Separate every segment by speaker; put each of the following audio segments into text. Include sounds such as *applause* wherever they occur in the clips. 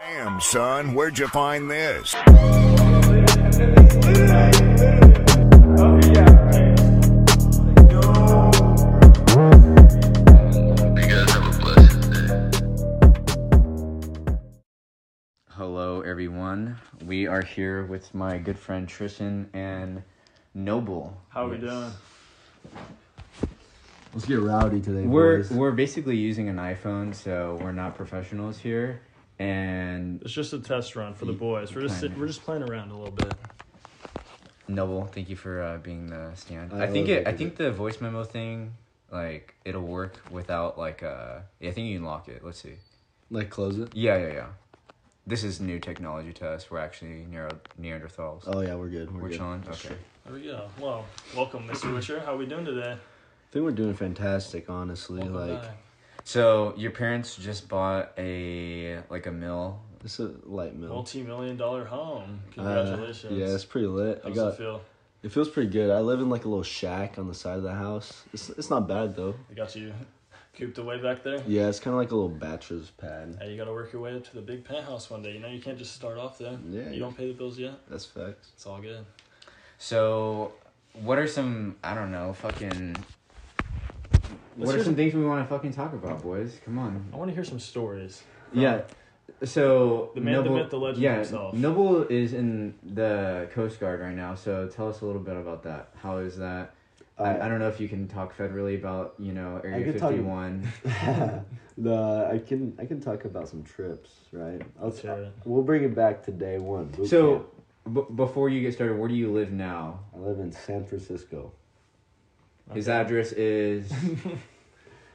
Speaker 1: Damn, son, where'd you find this?
Speaker 2: Hello, everyone. We are here with my good friend Tristan and Noble.
Speaker 3: How we
Speaker 2: Yes.
Speaker 3: doing?
Speaker 4: Let's get rowdy today,
Speaker 2: We're
Speaker 4: boys.
Speaker 2: we're basically using an iPhone, so we're not professionals here. And
Speaker 3: It's just a test run for the boys. We're just sit, we're just playing around a little bit.
Speaker 2: Noble, thank you for uh, being the stand.
Speaker 4: I
Speaker 2: I, think
Speaker 4: love
Speaker 2: it. I
Speaker 4: making
Speaker 2: think the voice memo thing, like it'll work without like uh. I think you can lock it. Let's see.
Speaker 4: like close it.
Speaker 2: Yeah, yeah, yeah. This is new technology to us. We're actually Neuro- Neanderthals.
Speaker 4: Oh yeah, we're good. We're,
Speaker 2: we're
Speaker 4: good.
Speaker 2: chilling. Okay.
Speaker 3: There we go. Well, welcome, Mr. Witcher. How we doing today?
Speaker 4: I think we're doing fantastic, honestly.
Speaker 3: Welcome
Speaker 4: like
Speaker 3: back.
Speaker 2: So your parents just bought a like a mill.
Speaker 4: it's a light mill.
Speaker 3: multi-million dollar home.
Speaker 4: Uh,
Speaker 3: Congratulations.
Speaker 4: yeah, it's pretty lit.
Speaker 3: How
Speaker 4: I
Speaker 3: does it
Speaker 4: got
Speaker 3: feel?
Speaker 4: it feels pretty good. I live in like a little shack on the side of the house. It's it's not bad though.
Speaker 3: They got you *laughs* cooped away back there.
Speaker 4: Yeah, it's kind of like a little bachelor's pad.
Speaker 3: Hey, you got to work your way up to the big penthouse one day. You know, you can't just start off there.
Speaker 4: Yeah.
Speaker 3: You don't pay the bills yet.
Speaker 4: That's facts.
Speaker 3: It's all good.
Speaker 2: So, what are some I don't know fucking.
Speaker 4: Let's
Speaker 2: What are
Speaker 4: hear
Speaker 2: some
Speaker 4: some-
Speaker 2: things we want to fucking talk about, boys? Come on.
Speaker 3: I want to hear some stories.
Speaker 2: Yeah. So
Speaker 3: The man, the myth, the legend
Speaker 2: yeah,
Speaker 3: himself.
Speaker 2: Noble is in the Coast Guard right now. So tell us a little bit about that. How is that?
Speaker 5: Uh,
Speaker 2: I, I don't know if you can talk federally about you know Area
Speaker 5: could talk-
Speaker 2: Fifty One.
Speaker 5: *laughs* the I can I can talk about some trips, right? I'll
Speaker 3: Let's hear it.
Speaker 5: We'll bring it back to day one. boot
Speaker 2: So,
Speaker 5: camp.
Speaker 2: b- before you get started, where do you live now?
Speaker 5: I live in San Francisco.
Speaker 2: His
Speaker 3: Okay. *laughs*
Speaker 2: address is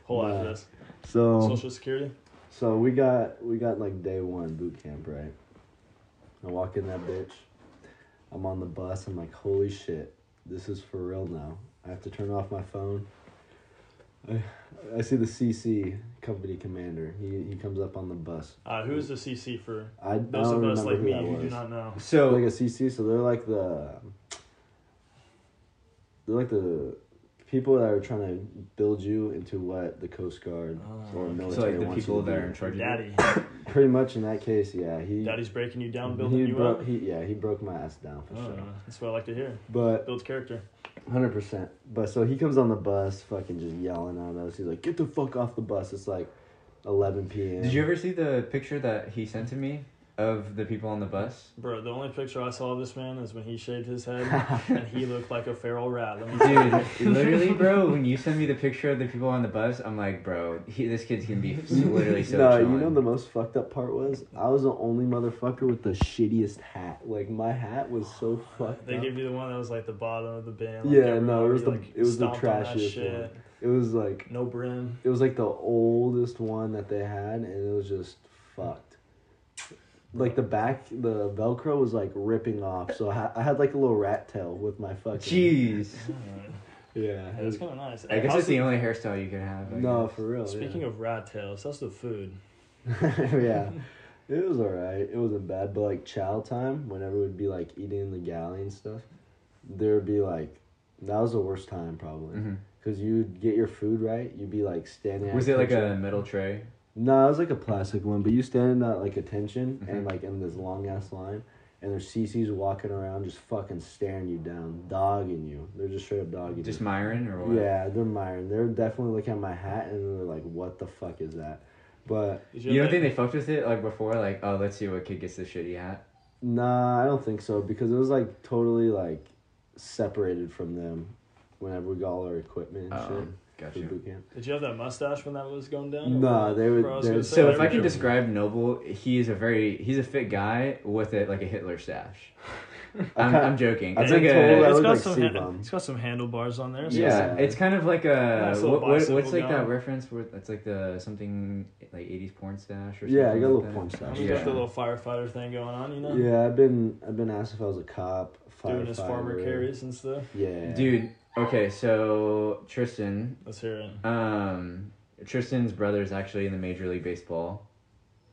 Speaker 3: Whole
Speaker 5: Nah.
Speaker 3: address.
Speaker 5: So
Speaker 3: Social security.
Speaker 5: so we got we got like day one boot camp, right? I walk in that bitch. I'm on the bus. I'm like, holy shit, this is for real now. I have to turn off my phone. I, I see the CC company commander. He he comes up on the bus.
Speaker 3: Uh, who is the CC for
Speaker 5: I, I
Speaker 3: those
Speaker 5: don't
Speaker 3: of us
Speaker 5: remember
Speaker 3: like
Speaker 5: who
Speaker 3: me
Speaker 5: that
Speaker 3: who do
Speaker 5: was.
Speaker 3: not
Speaker 5: *laughs*
Speaker 3: know?
Speaker 2: so.
Speaker 5: like a CC, so they're like the they're like the people that are trying to build you into what the Coast Guard
Speaker 3: Ah,
Speaker 5: or
Speaker 3: okay.
Speaker 5: military
Speaker 2: Oh, So like the
Speaker 5: wants
Speaker 2: people
Speaker 5: you to
Speaker 2: that
Speaker 5: be.
Speaker 2: are in charge of it.
Speaker 3: Daddy.
Speaker 5: Pretty much in that case, yeah, he
Speaker 3: Daddy's breaking you down, building
Speaker 5: he
Speaker 3: you
Speaker 5: broke
Speaker 3: up.
Speaker 5: he yeah he broke my ass down for
Speaker 3: Oh,
Speaker 5: sure,
Speaker 3: that's what I like to hear.
Speaker 5: but
Speaker 3: Builds character.
Speaker 5: hundred percent. But so he comes on the bus, fucking just yelling at us. He's like, "Get the fuck off the bus!" It's like eleven p.m.
Speaker 2: Did you ever see the picture that he sent to me of the people on the bus?
Speaker 3: Bro, the only picture I saw of this man is when he shaved his
Speaker 5: *laughs*
Speaker 3: head and he looked like a feral rat. Let me tell you.
Speaker 2: Dude, literally, bro. When you send me the picture of the people on the bus, I'm like, bro, he, this kid's gonna be literally so.
Speaker 5: no, you
Speaker 2: chillin'.
Speaker 5: know the most fucked up part was I was the only motherfucker with the shittiest hat. Like my hat was so fucked
Speaker 3: They
Speaker 5: up.
Speaker 3: gave you the one that was like the bottom of the bin. Like
Speaker 5: yeah,
Speaker 3: everyone
Speaker 5: no, it was the
Speaker 3: already, like,
Speaker 5: it was the
Speaker 3: stomped on that
Speaker 5: trashiest
Speaker 3: shit.
Speaker 5: one. It was like
Speaker 3: No brim.
Speaker 5: it was like the oldest one that they had, and it was just fucked. Like the back, the Velcro was like ripping off, so I, ha- I had like a little rat tail with my fucking.
Speaker 2: Jeez.
Speaker 5: Yeah.
Speaker 3: That's kind of nice.
Speaker 2: I
Speaker 3: Hey,
Speaker 2: guess
Speaker 3: how's
Speaker 2: it's the only hairstyle you could have. I
Speaker 5: No,
Speaker 2: guess.
Speaker 5: for real.
Speaker 3: Speaking
Speaker 5: Oh, yeah.
Speaker 3: of rat tails, that's the food.
Speaker 5: *laughs*
Speaker 2: *laughs*
Speaker 5: yeah. It was alright. It wasn't bad, but like chow time, whenever we'd be like eating in the galley and stuff, there'd be like that was the worst time probably.
Speaker 2: Mhm.
Speaker 5: Cause you'd get your food right, you'd be like standing. at
Speaker 2: Was it like a
Speaker 5: attention.
Speaker 2: metal tray?
Speaker 5: No, it was like a plastic one, but you stand in that like attention and
Speaker 2: Mm-hmm.
Speaker 5: like in this long ass line, and there's CC's walking around just fucking staring you down, dogging you. They're just straight up dogging
Speaker 2: Just
Speaker 5: you.
Speaker 2: Myron or what?
Speaker 5: yeah, they're miring. They're definitely looking at my hat and they're like, "What the fuck is that?" But
Speaker 3: Did
Speaker 2: You don't
Speaker 3: have
Speaker 2: think they fucked with it like before? Like, oh, let's see what kid gets the shitty hat.
Speaker 5: Nah, I don't think so because it was like totally like separated from them whenever we got all our equipment and
Speaker 2: Oh,
Speaker 5: shit
Speaker 2: got
Speaker 5: for
Speaker 2: you.
Speaker 5: boot camp.
Speaker 3: that- Did you have that mustache when that was going down? or
Speaker 5: Nah,
Speaker 3: what?
Speaker 5: they would-
Speaker 3: Bro, was
Speaker 5: they
Speaker 3: gonna
Speaker 5: would-
Speaker 3: say,
Speaker 2: So
Speaker 3: like,
Speaker 2: if I can
Speaker 3: you're-
Speaker 2: describe Noble, he is a very he's a fit guy with a, like a Hitler
Speaker 5: *laughs*
Speaker 2: stash. I'm, I'm joking.
Speaker 5: I've
Speaker 2: It's
Speaker 5: been
Speaker 2: like
Speaker 5: told
Speaker 2: a
Speaker 5: that-
Speaker 3: It's
Speaker 5: look
Speaker 3: got
Speaker 5: like
Speaker 3: some.
Speaker 5: Steve
Speaker 3: hand-
Speaker 5: Ballmer.
Speaker 3: It's got some handlebars on there. It's got
Speaker 2: yeah.
Speaker 5: Yeah.
Speaker 2: It's kind of like a
Speaker 3: Nice little
Speaker 2: what, what, what's
Speaker 3: bicycle
Speaker 2: like
Speaker 3: guy.
Speaker 2: that reference where that's like the something like '80s porn stash or something.
Speaker 5: Yeah, I got a little
Speaker 2: like
Speaker 5: porn
Speaker 2: that?
Speaker 3: some-
Speaker 5: stash.
Speaker 3: He's got
Speaker 2: Yeah.
Speaker 3: the little firefighter thing going on. You know.
Speaker 5: Yeah, I've been I've been asked if I was a cop, firefighter.
Speaker 3: Doing his farmer carries and stuff.
Speaker 5: Yeah,
Speaker 2: Dude, okay, so Tristan,
Speaker 3: Let's hear it.
Speaker 2: um, Tristan's brother is actually in the Major League Baseball.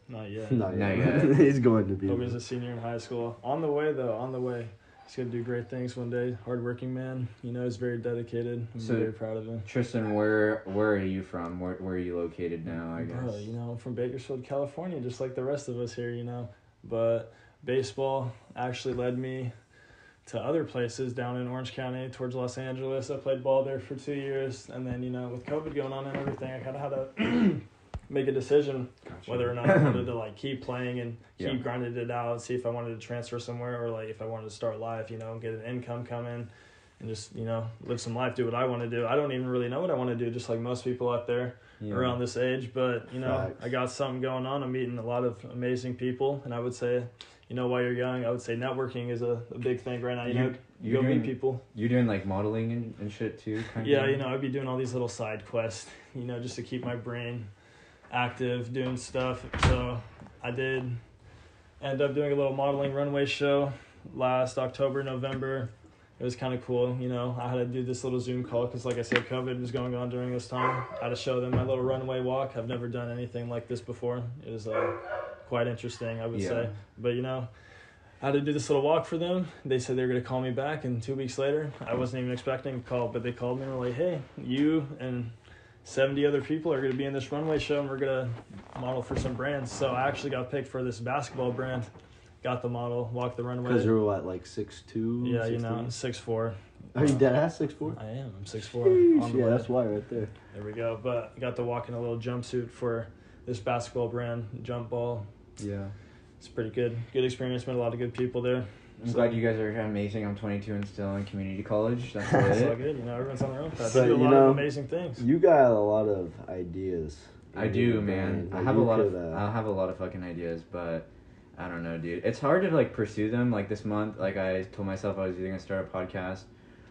Speaker 3: Not yet.
Speaker 2: *laughs*
Speaker 5: Not
Speaker 2: Not
Speaker 5: yet.
Speaker 2: yet.
Speaker 5: *laughs* He's going to be.
Speaker 3: Hope he's a senior in high school. On the way though, on the way. He's gonna do great things one day. Hardworking man. You know, he's very dedicated. I'm
Speaker 2: So-
Speaker 3: very proud of him.
Speaker 2: Tristan, where where are you from? Where where are you located now? I guess.
Speaker 3: Bro, you know, I'm from Bakersfield, California, just like the rest of us here, you know. But baseball actually led me to other places down in Orange County towards Los Angeles. I played ball there for two years. And then, you know, with COVID going on and everything, I kind of had to *clears throat* make a decision
Speaker 2: Gotcha.
Speaker 3: whether or not I wanted to, like, keep playing and keep
Speaker 2: Yeah.
Speaker 3: grinding it out, see if I wanted to transfer somewhere or, like, if I wanted to start life, you know, and get an income coming and just, you know, live some life, do what I want to do. I don't even really know what I want to do, just like most people out there
Speaker 2: Yeah.
Speaker 3: around this age, but you know,
Speaker 5: Facts.
Speaker 3: I got something going on. I'm meeting a lot of amazing people, and I would say, you know, while you're young, I would say networking is a, a big thing right now. You,
Speaker 2: You-
Speaker 3: know,
Speaker 2: you
Speaker 3: go
Speaker 2: doing-
Speaker 3: meet people.
Speaker 2: You doing like modeling and, and shit too? Kind
Speaker 3: Yeah,
Speaker 2: of?
Speaker 3: you know, I'd be doing all these little side quests, you know, just to keep my brain active, doing stuff. So I did end up doing a little modeling runway show last October, November. It was kind of cool, you know. I had to do this little Zoom call because, like I said, COVID was going on during this time. I had to show them my little runway walk. I've never done anything like this before. It was uh, quite interesting, I would
Speaker 2: Yeah.
Speaker 3: say. But you know, I had to do this little walk for them. They said they were going to call me back, and two weeks later, I wasn't even expecting a call, but they called me and were like, hey, you and 70 other people are going to be in this runway show, and we're going to model for some brands. So I actually got picked for this basketball brand, got the model, walked the runway.
Speaker 5: Because you're what, like six two?
Speaker 3: Yeah, you know, six four.
Speaker 5: Are you dead ass six four?
Speaker 3: I am. I'm six four.
Speaker 5: Yeah, that's why right there.
Speaker 3: There we go. But I got to walk in a little jumpsuit for this basketball brand, jump ball.
Speaker 2: Yeah.
Speaker 3: It's pretty good. Good experience. Met a lot of good people there.
Speaker 2: I'm glad you guys are amazing. I'm 22 and still in community
Speaker 3: *laughs*
Speaker 2: college. That's all
Speaker 3: It's all
Speaker 2: it.
Speaker 3: good. You know, everyone's on their own path.
Speaker 5: So,
Speaker 3: do a
Speaker 5: you
Speaker 3: lot
Speaker 5: know-
Speaker 3: of amazing things.
Speaker 5: You got a lot of ideas.
Speaker 2: I
Speaker 5: in
Speaker 2: do,
Speaker 5: your
Speaker 2: man.
Speaker 5: brain.
Speaker 2: I
Speaker 5: Like,
Speaker 2: have a
Speaker 5: you
Speaker 2: lot of
Speaker 5: could, uh,
Speaker 2: I have a lot of fucking ideas, but I don't know, dude. It's hard to like pursue them. Like this month, like I told myself I was either gonna start a podcast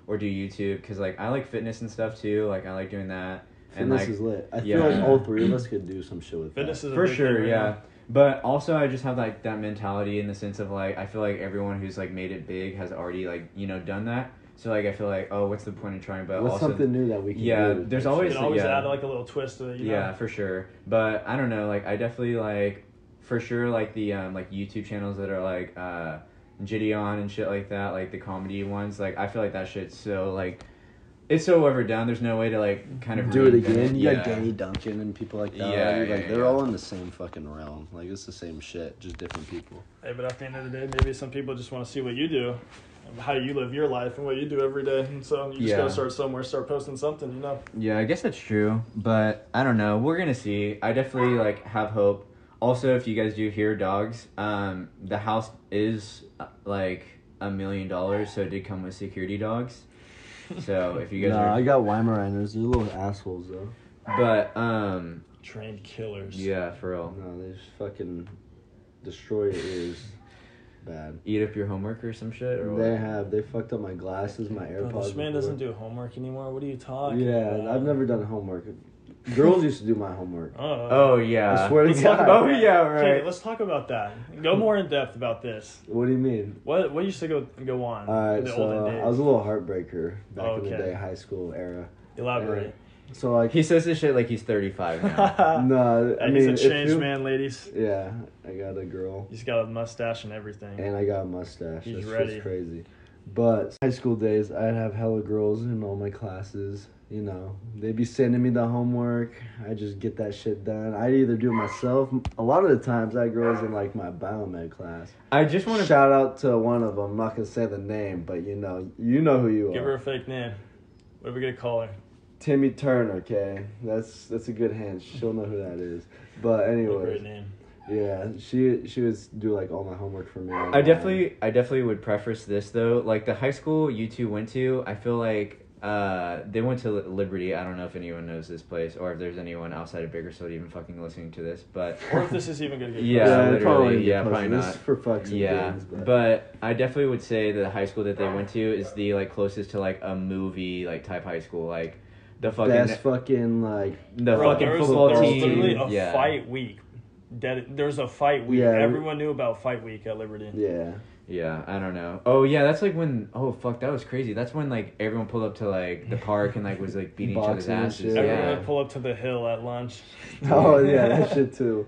Speaker 2: or do YouTube because like I like fitness and stuff too. Like I like doing that. and
Speaker 5: Fitness
Speaker 2: like
Speaker 5: is lit. I
Speaker 2: yeah.
Speaker 5: feel like all three of us could do some shit with
Speaker 3: Fitness
Speaker 5: that.
Speaker 3: is a
Speaker 2: for
Speaker 3: big thing
Speaker 2: sure
Speaker 3: right
Speaker 2: yeah
Speaker 3: now.
Speaker 2: but also i just have like that mentality in the sense of like i feel like everyone who's like made it big has already like you know done that so like i feel like oh what's the point of trying but
Speaker 5: What's
Speaker 2: also
Speaker 5: something new that we can
Speaker 2: yeah,
Speaker 5: do?
Speaker 2: there's
Speaker 5: Like,
Speaker 2: always-
Speaker 3: You can always
Speaker 2: yeah.
Speaker 3: add like a little twist to it. You
Speaker 2: yeah for sure but i don't know like i definitely like for sure like the um like youtube channels that are like uh jitty on and shit like that like the comedy ones like i feel like that shit's so like it's so overdone there's no way to like kind of
Speaker 6: Do it
Speaker 2: reinvent
Speaker 6: again. You
Speaker 2: yeah
Speaker 6: got Danny Duncan and people like that.
Speaker 2: Yeah,
Speaker 6: like,
Speaker 2: yeah,
Speaker 6: they're
Speaker 2: yeah.
Speaker 6: all in the same fucking realm. Like it's the same shit, just different people.
Speaker 3: Know? Hey, but at the end of the day, maybe some people just want to see what you do, and how you live your life, and what you do every day. And so you just
Speaker 2: Yeah.
Speaker 3: gotta start somewhere, start posting something. You know.
Speaker 2: Yeah, I guess that's true, but I don't know. We're gonna see. I definitely like have hope. Also, if you guys do hear dogs, um, the house is uh, like a million dollars, so it did come with security dogs. So if you guys
Speaker 5: Nah, I
Speaker 2: are,
Speaker 5: got Weimaraners. They're little assholes though.
Speaker 2: but um,
Speaker 3: Trained killers.
Speaker 2: yeah, for real.
Speaker 5: No, they just fucking destroy your
Speaker 3: *laughs*
Speaker 5: ears. Bad.
Speaker 2: Eat up your homework or some shit or
Speaker 5: They
Speaker 2: what?
Speaker 5: have. They fucked up my glasses, my AirPods.
Speaker 3: Bro, this man
Speaker 5: before.
Speaker 3: doesn't do homework anymore. What are you talking
Speaker 5: Yeah,
Speaker 3: about?
Speaker 5: I've never done homework. Girls used to do my homework.
Speaker 3: Oh.
Speaker 2: Oh yeah.
Speaker 5: I swear to
Speaker 2: Let's
Speaker 5: God.
Speaker 2: talk about-
Speaker 5: *laughs*
Speaker 2: oh yeah,
Speaker 3: Okay,
Speaker 2: right.
Speaker 3: let's talk about that. Go more in depth about this.
Speaker 5: What do you
Speaker 3: *laughs*
Speaker 5: mean?
Speaker 3: What what used to go go on
Speaker 5: All
Speaker 3: in
Speaker 5: right,
Speaker 3: the
Speaker 5: so uh,
Speaker 3: olden days?
Speaker 5: I was a little heartbreaker back in the
Speaker 3: Okay.
Speaker 5: day, high school era.
Speaker 3: Elaborate.
Speaker 5: So like,
Speaker 2: He says this shit like he's thirty five
Speaker 3: *laughs*
Speaker 5: *laughs*
Speaker 2: now.
Speaker 5: no, I
Speaker 3: And
Speaker 5: mean,
Speaker 3: he's a
Speaker 5: if
Speaker 3: changed
Speaker 5: you-
Speaker 3: man, ladies.
Speaker 5: Yeah, I got a girl
Speaker 3: He's got a mustache and everything.
Speaker 5: and I got a mustache.
Speaker 3: He's
Speaker 5: That's
Speaker 3: ready.
Speaker 5: just crazy. But high school days, I'd have hella girls in all my classes. You know, they'd be sending me the homework. I just get that shit done. I'd either do it myself. A lot of the times, I had girls in like my biomed class.
Speaker 2: I just want to.
Speaker 5: Shout out to one of them. I'm not gonna say the name, but you know, you know who you
Speaker 3: Give
Speaker 5: are.
Speaker 3: her a fake name. What are we gonna call her?
Speaker 5: Timmy Turner. Okay, that's that's a good hint. She'll know who that is. But
Speaker 3: What a great
Speaker 5: anyway,
Speaker 3: name.
Speaker 5: yeah, she she would do like all my homework for me.
Speaker 2: I definitely, I definitely would preface this though. Like the high school you two went to, I feel like uh, they went to Li- Liberty. I don't know if anyone knows this place or if there's anyone outside of Bakersfield even fucking listening to this, but
Speaker 3: Or if this is even
Speaker 5: *laughs*
Speaker 3: gonna get
Speaker 2: Yeah,
Speaker 3: posted.
Speaker 2: literally,
Speaker 5: it probably wouldn't get
Speaker 2: yeah,
Speaker 5: posted.
Speaker 2: probably
Speaker 5: This
Speaker 2: not.
Speaker 5: is for fucks and
Speaker 2: yeah.
Speaker 5: gigs,
Speaker 2: But.
Speaker 5: but,
Speaker 2: I definitely would say that the high school that they went to is the like closest to like a movie like type high school, like the fucking
Speaker 5: best fucking like
Speaker 2: the
Speaker 3: Bro,
Speaker 2: fucking
Speaker 3: there was,
Speaker 2: football
Speaker 3: there was
Speaker 2: team.
Speaker 3: literally a
Speaker 2: yeah.
Speaker 3: fight week. Dead, there was a fight week.
Speaker 5: Yeah, we-
Speaker 3: Everyone knew about fight week at Liberty.
Speaker 5: yeah.
Speaker 2: Yeah, I don't know. Oh yeah, that's like when oh fuck, that was crazy. That's when like everyone pulled up to like the park and like was like beating each other's
Speaker 5: Boxing and
Speaker 2: asses.
Speaker 5: shit.
Speaker 3: Everyone
Speaker 2: *laughs* Yeah.
Speaker 3: would pull up to the hill at lunch.
Speaker 5: Oh yeah, that shit too.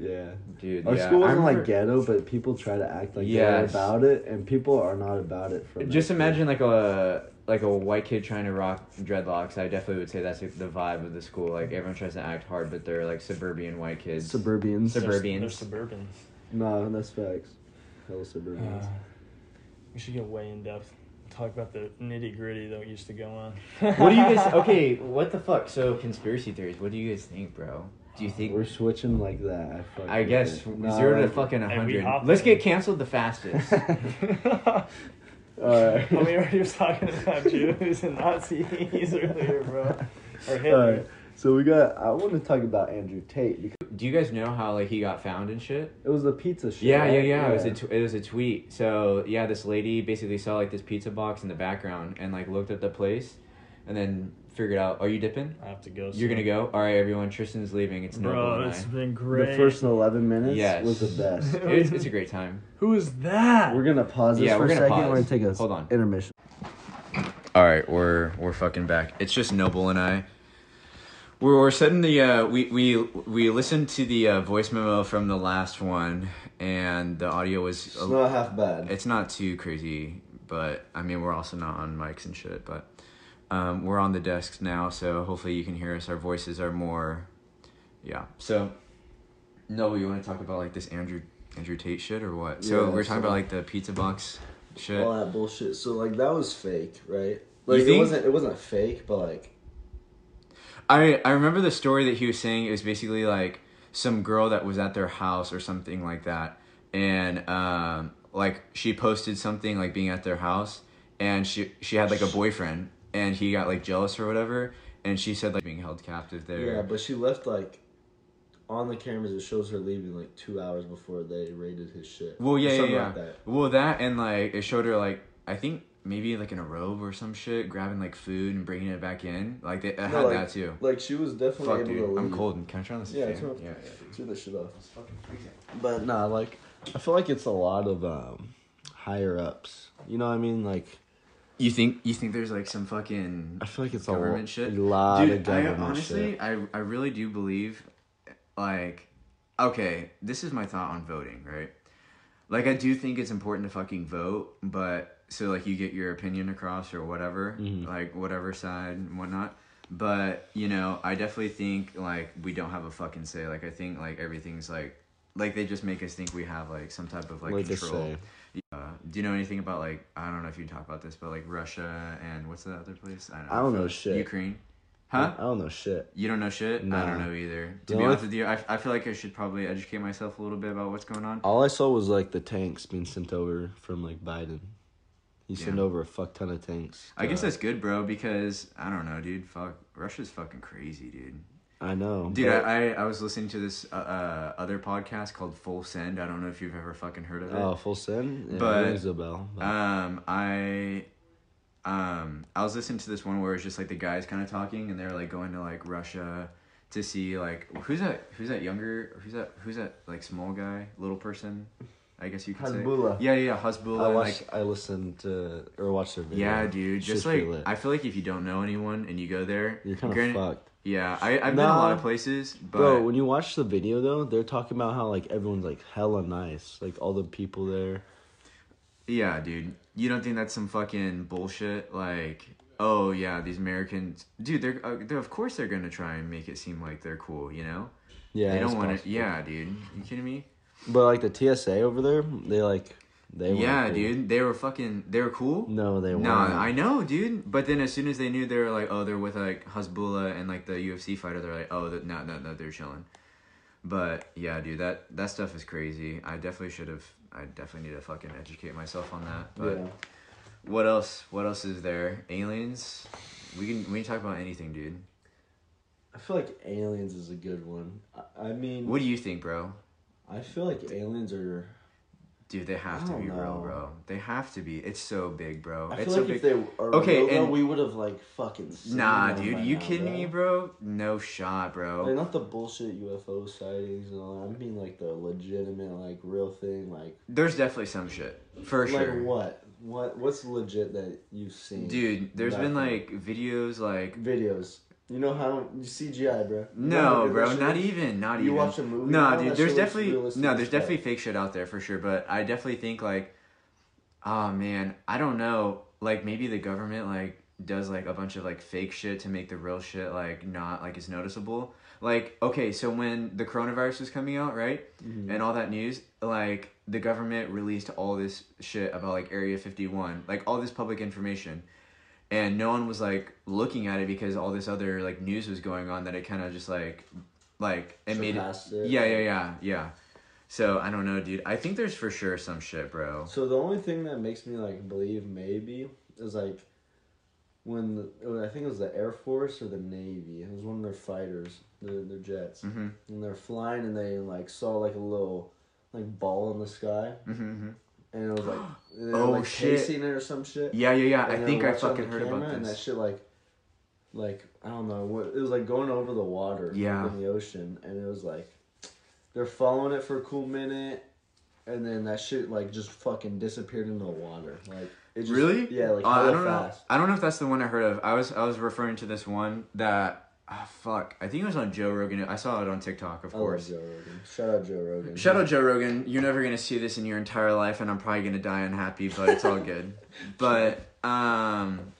Speaker 7: Yeah.
Speaker 2: dude.
Speaker 7: Our
Speaker 2: yeah.
Speaker 7: school
Speaker 2: I
Speaker 7: isn't
Speaker 2: remember-
Speaker 7: like ghetto, but people try to act like
Speaker 2: Yes.
Speaker 7: they're about it, and people are not about it. From
Speaker 2: Just imagine like a like a white kid trying to rock dreadlocks. I definitely would say that's like, the vibe of the school. Like everyone tries to act hard, but they're like suburban white kids.
Speaker 5: Suburbians.
Speaker 2: Sub- Suburbians.
Speaker 3: They're suburban.
Speaker 7: No, that's facts. Hella suburbians.
Speaker 3: Uh, we should get way in depth. Talk about the nitty gritty that used to go on.
Speaker 2: what do you
Speaker 3: *laughs*
Speaker 2: guys? Okay, what the fuck? So conspiracy theories. What do you guys think, bro? Do you think?
Speaker 7: We're switching like that. I, fucking
Speaker 2: I guess
Speaker 7: hate it. No,
Speaker 2: zero to
Speaker 7: like-
Speaker 2: fucking a
Speaker 3: And we
Speaker 2: hundred.
Speaker 3: hopped
Speaker 2: Let's
Speaker 3: in.
Speaker 2: get canceled the
Speaker 7: *laughs*
Speaker 2: fastest.
Speaker 7: Alright.
Speaker 3: *laughs* Well, we already were talking about Jews and Nazis *laughs* earlier, bro. Or Hitler.
Speaker 7: Alright. So we got. I want to talk about Andrew Tate because
Speaker 2: do you guys know how like he got found and shit?
Speaker 7: it was the pizza shit.
Speaker 2: Yeah, yeah,
Speaker 7: right?
Speaker 2: yeah. It was a tw- it was a tweet. So yeah, this lady basically saw like this pizza box in the background and like looked at the place, and then figured out, "Are you dipping?
Speaker 3: I have to go.
Speaker 2: You're
Speaker 3: soon.
Speaker 2: gonna go. All right, everyone. Tristan's leaving. It's no
Speaker 3: Bro,
Speaker 2: and
Speaker 3: it's
Speaker 2: I."
Speaker 3: been great.
Speaker 7: the first eleven minutes
Speaker 2: Yes.
Speaker 7: was the
Speaker 2: *laughs*
Speaker 7: best.
Speaker 2: It's, it's a great time.
Speaker 3: Who is that?
Speaker 7: We're gonna pause this
Speaker 2: Yeah,
Speaker 7: for
Speaker 2: we're
Speaker 7: a
Speaker 2: gonna
Speaker 7: second.
Speaker 2: pause.
Speaker 7: We're gonna take a s-
Speaker 2: Hold on.
Speaker 7: intermission.
Speaker 2: All right, we're we're fucking back. It's just Noble and I. We're, we're setting the uh, we we we listened to the uh, voice memo from the last one, and the audio was
Speaker 7: It's not half bad.
Speaker 2: it's not too crazy, but I mean, we're also not on mics and shit, but um, we're on the desks now, so hopefully you can hear us. Our voices are more, yeah. So, no, you want to talk about like this Andrew Andrew Tate shit or what? so
Speaker 5: Yeah,
Speaker 2: we're talking
Speaker 5: so-
Speaker 2: about like the pizza box shit.
Speaker 5: All that bullshit. So like that was fake, right? Like it
Speaker 2: think?
Speaker 5: wasn't. It wasn't fake, but like
Speaker 2: I I remember the story that he was saying. It was basically like some girl that was at their house or something like that, and um, like she posted something like being at their house, and she she had like a boyfriend, and he got like jealous or whatever, and she said like being held captive there.
Speaker 5: yeah. But she left like on the cameras. It shows her leaving like two hours before they raided his shit.
Speaker 2: Well, yeah,
Speaker 5: Or
Speaker 2: yeah,
Speaker 5: something
Speaker 2: yeah.
Speaker 5: Like that.
Speaker 2: Well, that and like it showed her like I think maybe like in a robe or some shit, grabbing like food and bringing it back in. Like they, it
Speaker 5: No,
Speaker 2: had
Speaker 5: like-
Speaker 2: that too.
Speaker 5: Like she was definitely
Speaker 2: Fuck,
Speaker 5: able to
Speaker 2: dude,
Speaker 5: leave.
Speaker 2: I'm cold. and Can I turn on this
Speaker 5: Yeah,
Speaker 2: fan?
Speaker 5: turn off-
Speaker 2: yeah, yeah.
Speaker 5: Turn this shit off. But nah, like I feel like it's a lot of um, higher ups. You know what I mean? Like
Speaker 2: You think you think there's like some fucking
Speaker 5: I feel like it's a,
Speaker 2: government
Speaker 5: lo-
Speaker 2: shit.
Speaker 5: a lot
Speaker 2: Dude,
Speaker 5: of government
Speaker 2: I, honestly,
Speaker 5: shit.
Speaker 2: I I really do believe, like, okay, this is my thought on voting, right? Like, I do think it's important to fucking vote, but so like you get your opinion across or whatever,
Speaker 5: Mm-hmm.
Speaker 2: like whatever side and whatnot. But you know, I definitely think like we don't have a fucking say. Like, I think like everything's like, like they just make us think we have like some type of like,
Speaker 5: Like a
Speaker 2: control. Uh, do you know anything about like I don't know if you can talk about this, but like Russia and what's the other place? I don't know.
Speaker 5: I don't know shit.
Speaker 2: Ukraine. Huh?
Speaker 5: I don't know shit.
Speaker 2: You don't know shit? I
Speaker 5: Nah.
Speaker 2: don't know either. To
Speaker 5: The
Speaker 2: be
Speaker 5: only-
Speaker 2: honest with you, I, I feel like I should probably educate myself a little bit about what's going on.
Speaker 5: All I saw was like the tanks being sent over from like Biden. He sent
Speaker 2: Yeah.
Speaker 5: over a fuck ton of tanks.
Speaker 2: I guess
Speaker 5: Uh,
Speaker 2: that's good, bro, because I don't know, dude. Fuck. Russia's fucking crazy, dude.
Speaker 5: I know,
Speaker 2: Dude,
Speaker 5: but-
Speaker 2: I, I, I was listening to this uh, uh, other podcast called Full Send. I don't know if you've ever fucking heard of it.
Speaker 5: Oh, full sin. Yeah,
Speaker 2: But-
Speaker 5: rings a bell. But
Speaker 2: Um, I, um, I was listening to this one where it's just like the guys kind of talking, and they're like going to like Russia to see like who's that who's that younger who's that who's that like small guy little person, I guess you could
Speaker 7: Hezbollah.
Speaker 2: say. Yeah, yeah, yeah, Hezbollah.
Speaker 5: I
Speaker 2: and,
Speaker 5: watched.
Speaker 2: like,
Speaker 5: I listened to or watched their video.
Speaker 2: yeah, dude.
Speaker 5: It's
Speaker 2: Just
Speaker 5: pretty
Speaker 2: like
Speaker 5: lit.
Speaker 2: I feel like if you don't know anyone and you go there,
Speaker 5: you're kind of
Speaker 2: granted-
Speaker 5: fucked,
Speaker 2: Yeah, I I've been a lot
Speaker 5: Nah.
Speaker 2: of places, but
Speaker 5: bro. When you watch the video though, they're talking about how like everyone's like hella nice, like all the people there.
Speaker 2: Yeah, dude. You don't think that's some fucking bullshit? Like, oh yeah, these Americans, dude. They're, uh, they're of course they're gonna try and make it seem like they're cool. You know,
Speaker 5: Yeah,
Speaker 2: they don't
Speaker 5: it's
Speaker 2: want to.
Speaker 5: possible.
Speaker 2: Yeah, dude. You kidding me?
Speaker 5: But like the TSA over there, they like they. weren't
Speaker 2: yeah,
Speaker 5: cool.
Speaker 2: dude. They were fucking. They were cool.
Speaker 5: No, they
Speaker 2: No,
Speaker 5: weren't.
Speaker 2: I know, dude. But then as soon as they knew they were like, oh, they're with like Hezbollah and like the UFC fighter, they're like, oh, th- no, no, no, they're chilling. But yeah, dude, that that stuff is crazy. I definitely should have. I definitely need to fucking educate myself on that. But
Speaker 7: Yeah.
Speaker 2: What else? What else is there? Aliens? We can we can talk about anything, dude.
Speaker 7: I feel like aliens is a good one. I, I mean,
Speaker 2: What do you think, bro?
Speaker 7: I feel like aliens are.
Speaker 2: Dude, they have
Speaker 7: I
Speaker 2: to
Speaker 7: don't
Speaker 2: be real,
Speaker 7: know.
Speaker 2: bro. They have to be. It's so big, bro.
Speaker 7: I
Speaker 2: it's
Speaker 7: feel
Speaker 2: so
Speaker 7: like
Speaker 2: big.
Speaker 7: if they are
Speaker 2: Okay,
Speaker 7: real, though,
Speaker 2: and-
Speaker 7: we would have like fucking. seen
Speaker 2: nah,
Speaker 7: them
Speaker 2: dude,
Speaker 7: by
Speaker 2: you
Speaker 7: now,
Speaker 2: kidding me, bro? No shot,
Speaker 7: Like
Speaker 2: bro.
Speaker 7: not the bullshit UFO sightings and all. that. I mean like the legitimate, like real thing, like
Speaker 2: There's definitely some shit for
Speaker 7: like
Speaker 2: sure.
Speaker 7: what, what, what's legit that you've seen?
Speaker 2: Dude, there's been
Speaker 7: Nothing.
Speaker 2: like videos like
Speaker 7: videos.
Speaker 5: You know how you CGI, bro.
Speaker 2: No,
Speaker 5: You
Speaker 2: bro,
Speaker 5: know,
Speaker 2: not even, not
Speaker 5: You
Speaker 2: even.
Speaker 5: watch a movie
Speaker 2: No,
Speaker 5: now,
Speaker 2: dude, there's
Speaker 5: that shit looks
Speaker 2: definitely
Speaker 5: realistic
Speaker 2: no,
Speaker 5: as
Speaker 2: there's definitely
Speaker 5: fuck.
Speaker 2: fake shit out there for sure. But I definitely think like, oh man, I don't know. Like maybe the government like does like a bunch of like fake shit to make the real shit like not like as noticeable. Like okay, so when the coronavirus was coming out, right,
Speaker 5: Mm-hmm.
Speaker 2: and all that news, like the government released all this shit about like Area Fifty One, like all this public information and no one was like looking at it because all this other like news was going on that it kind of just like like it made
Speaker 5: Surpassed
Speaker 2: it,
Speaker 5: it.
Speaker 2: yeah yeah yeah yeah so i don't know dude i think there's for sure some shit bro
Speaker 5: So the only thing that makes me like believe maybe is like when the, it was- I think it was the Air Force or the Navy. It was one of their fighters, their, their jets,
Speaker 2: Mhm.
Speaker 5: and they're flying and they like saw like a little like ball in the sky,
Speaker 2: mm-hmm.
Speaker 5: and it
Speaker 2: *gasps*
Speaker 5: was like they were,
Speaker 2: Oh,
Speaker 5: like,
Speaker 2: shit.
Speaker 5: chasing it or some shit.
Speaker 2: yeah yeah yeah
Speaker 5: And
Speaker 2: i
Speaker 5: then
Speaker 2: think i
Speaker 5: watch on
Speaker 2: fucking
Speaker 5: the
Speaker 2: heard
Speaker 5: camera,
Speaker 2: about
Speaker 5: And that
Speaker 2: this
Speaker 5: shit like, like I don't know what it was like going over the water.
Speaker 2: Yeah.
Speaker 5: In the ocean, and it was like, they're following it for a cool minute, and then that shit like just fucking disappeared into the water. Like it just,
Speaker 2: really
Speaker 5: Yeah. Like
Speaker 2: Uh, i
Speaker 5: hella
Speaker 2: don't
Speaker 5: fast.
Speaker 2: know i don't know if that's the one i heard of i was i was referring to this one that ah fuck i think it was on joe rogan i saw it on tiktok of
Speaker 5: I love
Speaker 2: course
Speaker 5: Joe Rogan. Shout out Joe Rogan.
Speaker 2: Shout out Joe Rogan. You're never gonna see this in your entire life, and I'm probably gonna die unhappy, but it's all good.
Speaker 5: *laughs*
Speaker 2: but um,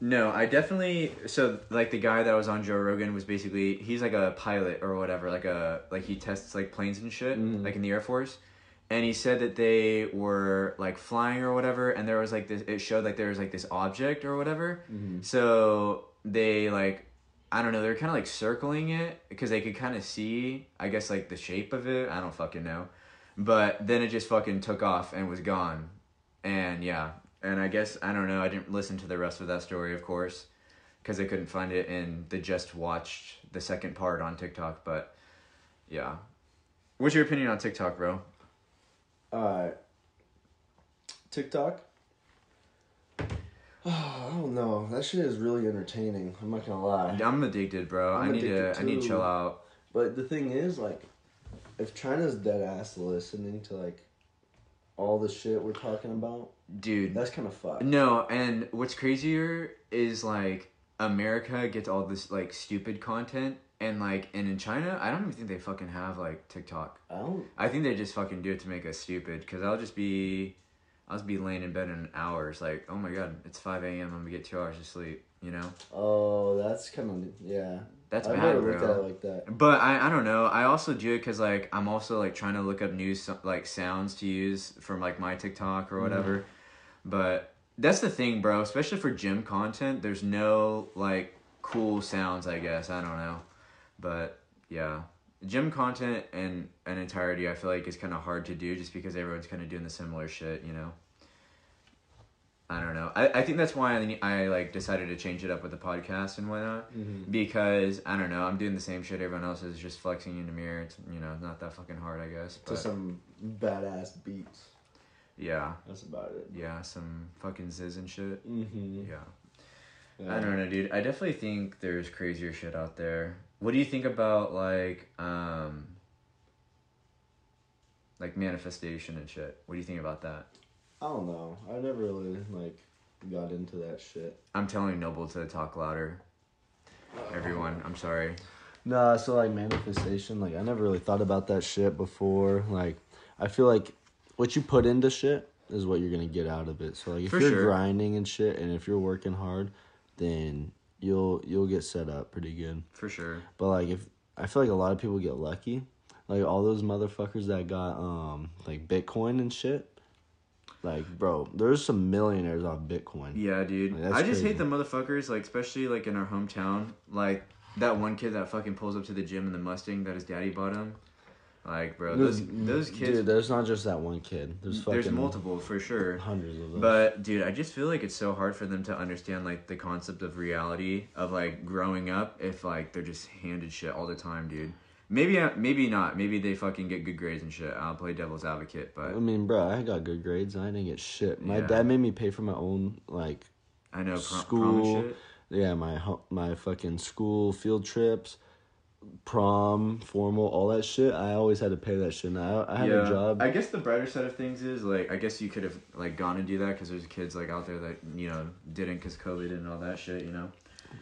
Speaker 2: no, I definitely. So like the guy that was on Joe Rogan was basically he's like a pilot or whatever, like a like he tests like planes and shit, like in the Air Force. And he said that they were like flying or whatever, and there was like this. It showed like there was like this object or whatever. So they like I don't know. They're kind of like circling it because they could kind of see, I guess, like the shape of it. I don't fucking know. But then it just fucking took off and was gone. And yeah. And I guess, I don't know. I didn't listen to the rest of that story, of course, because I couldn't find it in the just watched the second part on TikTok. But yeah. What's your opinion on TikTok, bro?
Speaker 5: Alright. TikTok. *sighs* Oh, I don't know. That shit is really entertaining. I'm not gonna lie.
Speaker 2: I'm addicted, bro. i
Speaker 5: Uh, I'm
Speaker 2: need to,
Speaker 5: addicted
Speaker 2: I need to
Speaker 5: too.
Speaker 2: chill out.
Speaker 5: But the thing is, like, if China's dead ass listening to like all the shit we're talking about,
Speaker 2: Dude.
Speaker 5: that's kind of fucked.
Speaker 2: No, and what's crazier is like America gets all this like stupid content, and like and in China, I don't even think they fucking have like TikTok.
Speaker 5: I don't.
Speaker 2: I think they just fucking do it to make us stupid. Cause I'll just be, I'll just be laying in bed in hours. Like, oh my god, it's five a.m. I'm gonna get two hours of sleep. You know,
Speaker 5: Oh, that's kind of yeah.
Speaker 2: that's
Speaker 5: I've
Speaker 2: bad,
Speaker 5: never
Speaker 2: bro.
Speaker 5: looked at it like that.
Speaker 2: But I, I don't know. I also do it because like I'm also like trying to look up new so- like sounds to use from like my TikTok or whatever. But that's the thing, bro. Especially for gym content, there's no like cool sounds. I guess I don't know, but yeah, gym content and an entirety I feel like is kind of hard to do just because everyone's kind of doing the similar shit. You know. I don't know. I, I think that's why I, ne- I like decided to change it up with the podcast and whatnot
Speaker 5: Mm-hmm.
Speaker 2: because I don't know. I'm doing the same shit everyone else is, just flexing in the mirror. It's you know not that fucking hard, I guess.
Speaker 5: To
Speaker 2: But
Speaker 5: some badass beats.
Speaker 2: yeah,
Speaker 5: That's about it.
Speaker 2: yeah, some fucking ziz and shit.
Speaker 5: Mm-hmm.
Speaker 2: Yeah. I don't know, dude. I definitely think there's crazier shit out there. What do you think about like um like manifestation and shit? What do you think about that?
Speaker 5: I don't know. I never really like got into that shit.
Speaker 2: I'm telling Noble to talk louder. Everyone, I'm sorry.
Speaker 5: Nah, so like manifestation, like I never really thought about that shit before. Like I feel like what you put into shit is what you're gonna get out of it. So like if
Speaker 2: For
Speaker 5: you're
Speaker 2: sure.
Speaker 5: grinding and shit and if you're working hard, then you'll you'll get set up pretty good.
Speaker 2: For sure.
Speaker 5: But like if I feel like a lot of people get lucky. Like all those motherfuckers that got um like Bitcoin and shit. Like bro, there's some millionaires off Bitcoin.
Speaker 2: Yeah, dude.
Speaker 5: Like, that's
Speaker 2: I just
Speaker 5: crazy.
Speaker 2: hate the motherfuckers, like especially like in our hometown, like that one kid that fucking pulls up to the gym in the Mustang that his daddy bought him. Like, bro, those those kids.
Speaker 5: Dude, there's not just that one kid. There's fucking
Speaker 2: there's multiple for sure.
Speaker 5: hundreds of them.
Speaker 2: But dude, I just feel like it's so hard for them to understand like the concept of reality of like growing up if like they're just handed shit all the time, dude. Maybe I- maybe not. Maybe they fucking get good grades and shit. I'll play devil's advocate, but
Speaker 5: I mean, bro, I got good grades and I didn't get shit. My
Speaker 2: Yeah.
Speaker 5: dad made me pay for my own like
Speaker 2: I know prom, prom and
Speaker 5: school.
Speaker 2: shit.
Speaker 5: Yeah, my ho- my fucking school field trips, prom, formal, all that shit. I always had to pay that shit. And I I had a job.
Speaker 2: I guess the brighter side of things is like I guess you could have like gone and do that because there's kids like out there that you know didn't because COVID and all that shit. You know.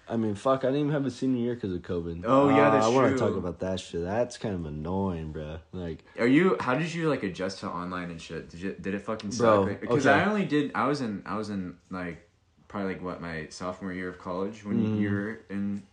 Speaker 5: I mean, fuck, I didn't even have a senior year because of COVID. Ah,
Speaker 2: Oh, yeah, that's
Speaker 5: I wanna
Speaker 2: true.
Speaker 5: talk about that shit. That's kind of annoying, bro. Like,
Speaker 2: Are you? How did you like adjust to online and shit? Did you, did it fucking
Speaker 5: Bro,
Speaker 2: suck? Because
Speaker 5: okay.
Speaker 2: I only did. I was in. I was in like probably like what my sophomore year of college when
Speaker 5: Mm.
Speaker 2: you were in.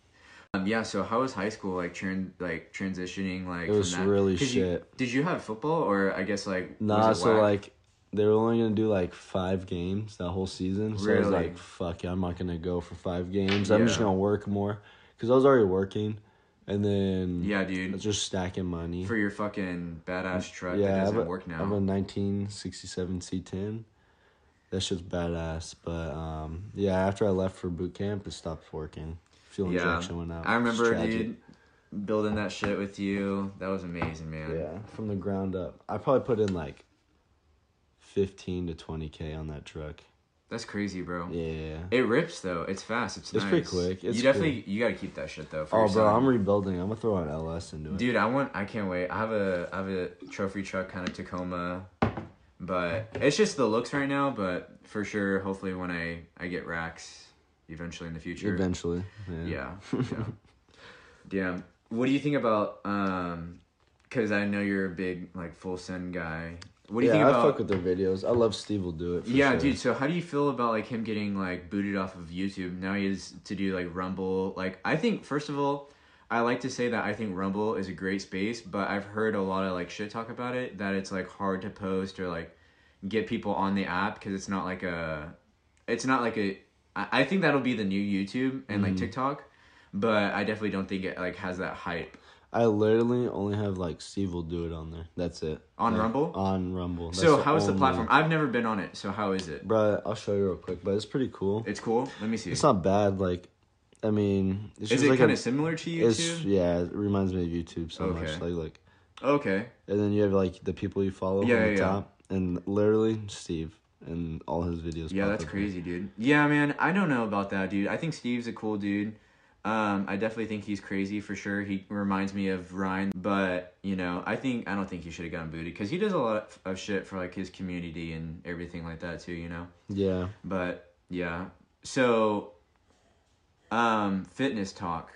Speaker 2: Um, yeah. So how was high school like? Tran- like transitioning like.
Speaker 5: It was
Speaker 2: from that?
Speaker 5: really
Speaker 2: 'Cause you-
Speaker 5: shit.
Speaker 2: did you have football or I guess like? was
Speaker 5: nah,
Speaker 2: it
Speaker 5: so
Speaker 2: whack?
Speaker 5: like, they were only gonna do like five games that whole season. So I was
Speaker 2: Really?
Speaker 5: like, fuck, it, I'm not gonna go for five games. I'm
Speaker 2: Yeah.
Speaker 5: just gonna work more because I was already working, and then
Speaker 2: Yeah,
Speaker 5: I was
Speaker 2: dude.
Speaker 5: just stacking money.
Speaker 2: For your fucking badass truck that
Speaker 5: I have
Speaker 2: doesn't
Speaker 5: a-
Speaker 2: work
Speaker 5: I have
Speaker 2: now.
Speaker 5: a 1967 C10. That shit's badass. But um, yeah, after I left for boot camp, it stopped working. Fuel
Speaker 2: yeah.
Speaker 5: injection went out.
Speaker 2: I
Speaker 5: It's
Speaker 2: remember,
Speaker 5: tragic.
Speaker 2: dude, building that shit with you. That was amazing, man.
Speaker 5: Yeah, from the ground up. I probably put in like 15 to 20K on that truck.
Speaker 2: That's crazy, bro.
Speaker 5: Yeah.
Speaker 2: It rips though. It's fast. It's,
Speaker 5: It's
Speaker 2: nice.
Speaker 5: pretty quick. It's
Speaker 2: you definitely you gotta keep that shit though. For
Speaker 5: Oh,
Speaker 2: your
Speaker 5: bro,
Speaker 2: son.
Speaker 5: I'm rebuilding. I'm going to throw an LS into it.
Speaker 2: Dude, I want. I can't wait. I have a I have a trophy truck kind of Tacoma, but it's just the looks right now. But for sure, hopefully when I I get racks eventually in the future.
Speaker 5: Eventually.
Speaker 2: Yeah. yeah. Damn. What do you think about um? Because I know you're a big like full send guy. What do you
Speaker 5: yeah,
Speaker 2: think
Speaker 5: I
Speaker 2: about?
Speaker 5: fuck with their videos. I love Steve will do it. For
Speaker 2: Yeah,
Speaker 5: sure.
Speaker 2: dude. So how do you feel about like him getting like booted off of YouTube? Now he has to do like Rumble. Like I think first of all, I like to say that I think Rumble is a great space, but I've heard a lot of like shit talk about it that it's like hard to post or like get people on the app because it's not like a, it's not like a. I I think that'll be the new YouTube and
Speaker 5: Mm-hmm.
Speaker 2: like TikTok, but I definitely don't think it like has that hype.
Speaker 5: I literally only have like Steve will do it on there. That's it.
Speaker 2: On
Speaker 5: Like,
Speaker 2: Rumble?
Speaker 5: On Rumble. That's
Speaker 2: so how is the
Speaker 5: only-
Speaker 2: platform? I've never been on it. So how is it?
Speaker 5: Bruh, I'll show you real quick, but it's pretty cool.
Speaker 2: It's cool. Let me see.
Speaker 5: It's not bad. Like, I mean, it's
Speaker 2: is
Speaker 5: just
Speaker 2: it
Speaker 5: like
Speaker 2: kind
Speaker 5: a,
Speaker 2: of similar to YouTube?
Speaker 5: it's yeah. It reminds me of YouTube so much.
Speaker 2: Okay.
Speaker 5: Like, like,
Speaker 2: Okay.
Speaker 5: and then you have like the people you follow
Speaker 2: Yeah,
Speaker 5: on the
Speaker 2: yeah, yeah.
Speaker 5: top, and literally Steve and all his videos.
Speaker 2: Yeah,
Speaker 5: pop
Speaker 2: that's
Speaker 5: up.
Speaker 2: crazy, dude. Yeah, man, I don't know about that, dude. I think Steve's a cool dude. Um, I definitely think he's crazy for sure. He reminds me of Ryan, but you know, I think I don't think he should have gotten booted because he does a lot of, of shit for like his community and everything like that too. You know,
Speaker 5: Yeah,
Speaker 2: but yeah. So, um, fitness talk.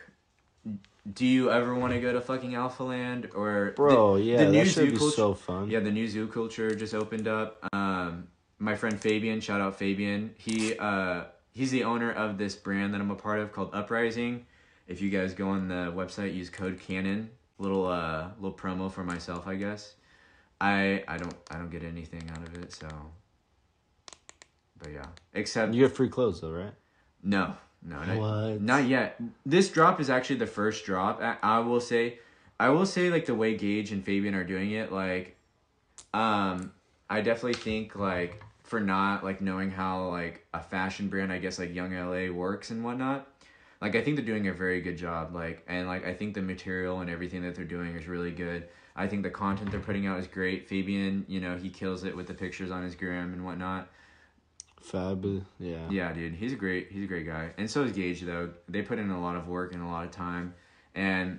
Speaker 2: Do you ever want to go to fucking Alpha Land or
Speaker 5: bro.
Speaker 2: the-
Speaker 5: yeah,
Speaker 2: the new
Speaker 5: that
Speaker 2: zoo
Speaker 5: should be
Speaker 2: culture-
Speaker 5: so fun.
Speaker 2: yeah, the new zoo culture just opened up. Um, my friend Fabian, shout out Fabian. He uh, he's the owner of this brand that I'm a part of called Uprising. If you guys go on the website, use code Canon. Little uh, little promo for myself, I guess. I I don't I don't get anything out of it, so. But yeah, except
Speaker 5: you get free clothes though, right?
Speaker 2: no, no, not,
Speaker 5: What?
Speaker 2: not yet. This drop is actually the first drop. I, I will say, I will say like the way Gage and Fabian are doing it, like, um, I definitely think like for not like knowing how like a fashion brand, I guess like Young LA works and whatnot. Like I think they're doing a very good job. Like and like I think the material and everything that they're doing is really good. I think the content they're putting out is great. Fabian, you know, he kills it with the pictures on his gram and whatnot.
Speaker 5: Fab. uh, Yeah.
Speaker 2: Yeah, dude, he's a great he's a great guy, and so is Gage though. They put in a lot of work and a lot of time, and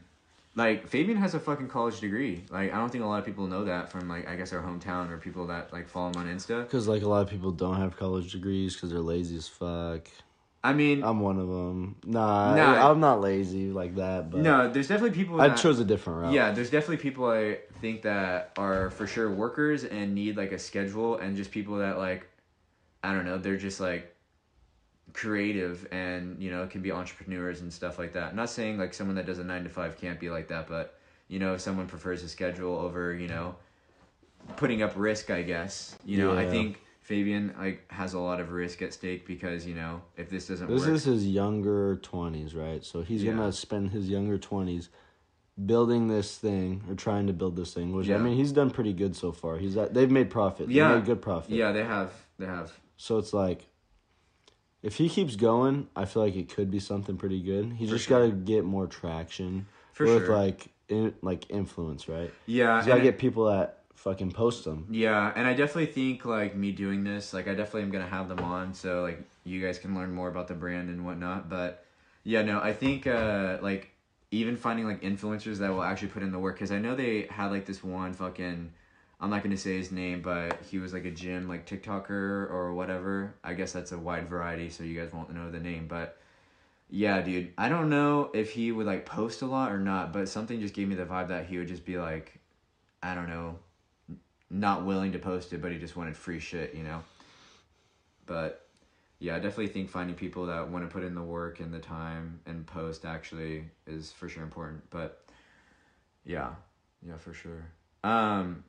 Speaker 2: like Fabian has a fucking college degree. Like I don't think a lot of people know that from like I guess our hometown or people that like follow him on Insta.
Speaker 5: Because like a lot of people don't have college degrees because they're lazy as fuck.
Speaker 2: I mean,
Speaker 5: I'm one of them. Nah,
Speaker 2: Nah.
Speaker 5: I'm not lazy like that. But
Speaker 2: no, there's definitely people.
Speaker 5: I
Speaker 2: That,
Speaker 5: chose a different route.
Speaker 2: Yeah, there's definitely people I think that are for sure workers and need like a schedule, and just people that like, I don't know, they're just like creative and you know can be entrepreneurs and stuff like that. not saying like someone that does a nine to five can't be like that, but you know if someone prefers a schedule over you know putting up risk, I guess you know I
Speaker 5: Yeah.
Speaker 2: think Fabian like has a lot of risk at stake because you know if this doesn't
Speaker 5: This
Speaker 2: work,
Speaker 5: is his younger 20s, right? So he's going
Speaker 2: Yeah.
Speaker 5: to spend his younger 20s building this thing or trying to build this thing, which I
Speaker 2: Yeah.
Speaker 5: mean, he's done pretty good so far. He's at, they've made profit. Yeah.
Speaker 2: Yeah.
Speaker 5: They made good profit.
Speaker 2: yeah, they have they have
Speaker 5: So it's like if he keeps going, I feel like it could be something pretty good. He's just got to get more traction
Speaker 2: For
Speaker 5: with
Speaker 2: sure.
Speaker 5: like in, like influence, right?
Speaker 2: yeah.
Speaker 5: He's got to
Speaker 2: and it-
Speaker 5: get people that fucking post them.
Speaker 2: Yeah, and I definitely think like me doing this, like I definitely am gonna have them on, so like you guys can learn more about the brand and whatnot. But yeah, no, I think uh like even finding like influencers that will actually put in the work, because I know they had like this one fucking, I'm not gonna say his name, but he was like a gym like TikToker or whatever. I guess that's a wide variety, so you guys won't know the name, but Yeah, dude. I don't know if he would like post a lot or not, but something just gave me the vibe that he would just be like, I don't know, n- not willing to post it, but he just wanted free shit, you know? But yeah, I definitely think finding people that want to put in the work and the time and post actually is for sure important. But yeah, yeah, for sure. Um,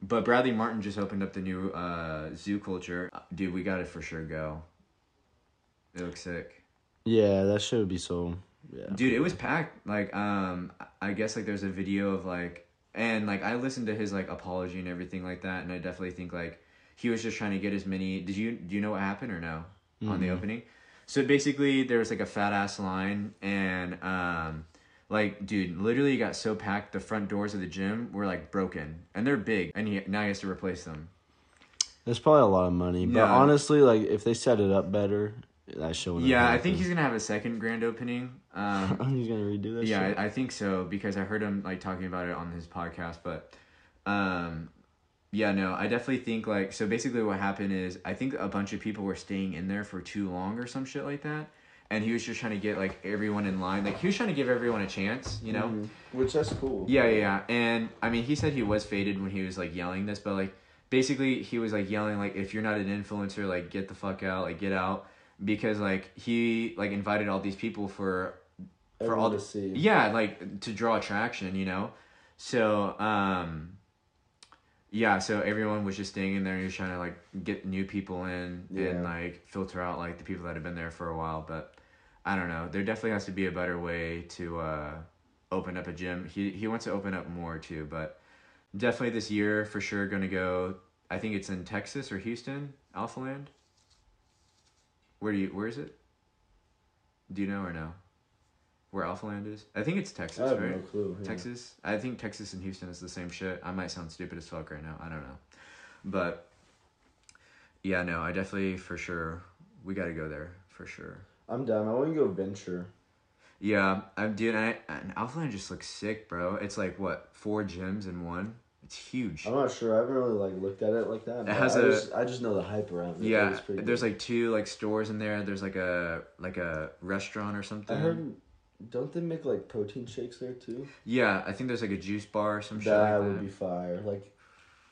Speaker 2: but Bradley Martin just opened up the new uh, zoo culture. Dude, we got to for sure go. It looks sick
Speaker 5: Yeah, that shit would be so. Yeah.
Speaker 2: dude it was packed like um i guess like there's a video of like and like i listened to his like apology and everything like that and i definitely think like he was just trying to get as many did you do you know what happened or no on the opening so basically there was like a fat ass line and um like dude literally got so packed the front doors of the gym were like broken and they're big and he now he has to replace them
Speaker 5: That's probably a lot of money, but
Speaker 2: Yeah.
Speaker 5: honestly, like if they set it up better, that shit would.
Speaker 2: yeah i think he's gonna have a second grand opening um
Speaker 5: *laughs* he's gonna redo this.
Speaker 2: yeah
Speaker 5: shit.
Speaker 2: I, I think so because i heard him like talking about it on his podcast but um yeah no i definitely think like so basically what happened is i think a bunch of people were staying in there for too long or some shit like that and he was just trying to get like everyone in line like he was trying to give everyone a chance you know
Speaker 5: which that's cool.
Speaker 2: yeah, yeah, yeah. And I mean, he said he was faded when he was like yelling this, but like basically he was like yelling like if you're not an influencer, like get the fuck out, like get out because like he like invited all these people for for
Speaker 5: Everyone
Speaker 2: all
Speaker 5: to see.
Speaker 2: Yeah, like to draw attraction, you know. So, um yeah, so everyone was just staying in there and he was trying to like get new people in
Speaker 5: Yeah.
Speaker 2: and like filter out like the people that have been there for a while, but I don't know. There definitely has to be a better way to uh open up a gym. He he wants to open up more too, but definitely this year for sure going to go. I think it's in Texas or Houston, Alpha Land. Where do you where is it? Do you know or no? Where Alpha Land is? I think it's Texas,
Speaker 5: I have
Speaker 2: right?
Speaker 5: no clue. yeah.
Speaker 2: Texas. I think Texas and Houston is the same shit. I might sound stupid as fuck right now. I don't know, but yeah, no, I definitely for sure we got to go there for sure.
Speaker 5: I'm down. I want to go venture.
Speaker 2: Yeah, I'm dude. I and Alphaland just looks sick, bro. It's like what four gyms in one. It's huge.
Speaker 5: I'm not sure. I haven't really like looked at it like that. but
Speaker 2: has
Speaker 5: I
Speaker 2: a-
Speaker 5: just, I just know the hype around it.
Speaker 2: yeah,
Speaker 5: It's pretty
Speaker 2: there's
Speaker 5: good.
Speaker 2: like two like stores in there. There's like a like a restaurant or something.
Speaker 5: I heard. Don't they make like protein shakes there too?
Speaker 2: Yeah, I think there's like a juice bar or some shit.
Speaker 5: That
Speaker 2: like
Speaker 5: would
Speaker 2: that.
Speaker 5: be fire. Like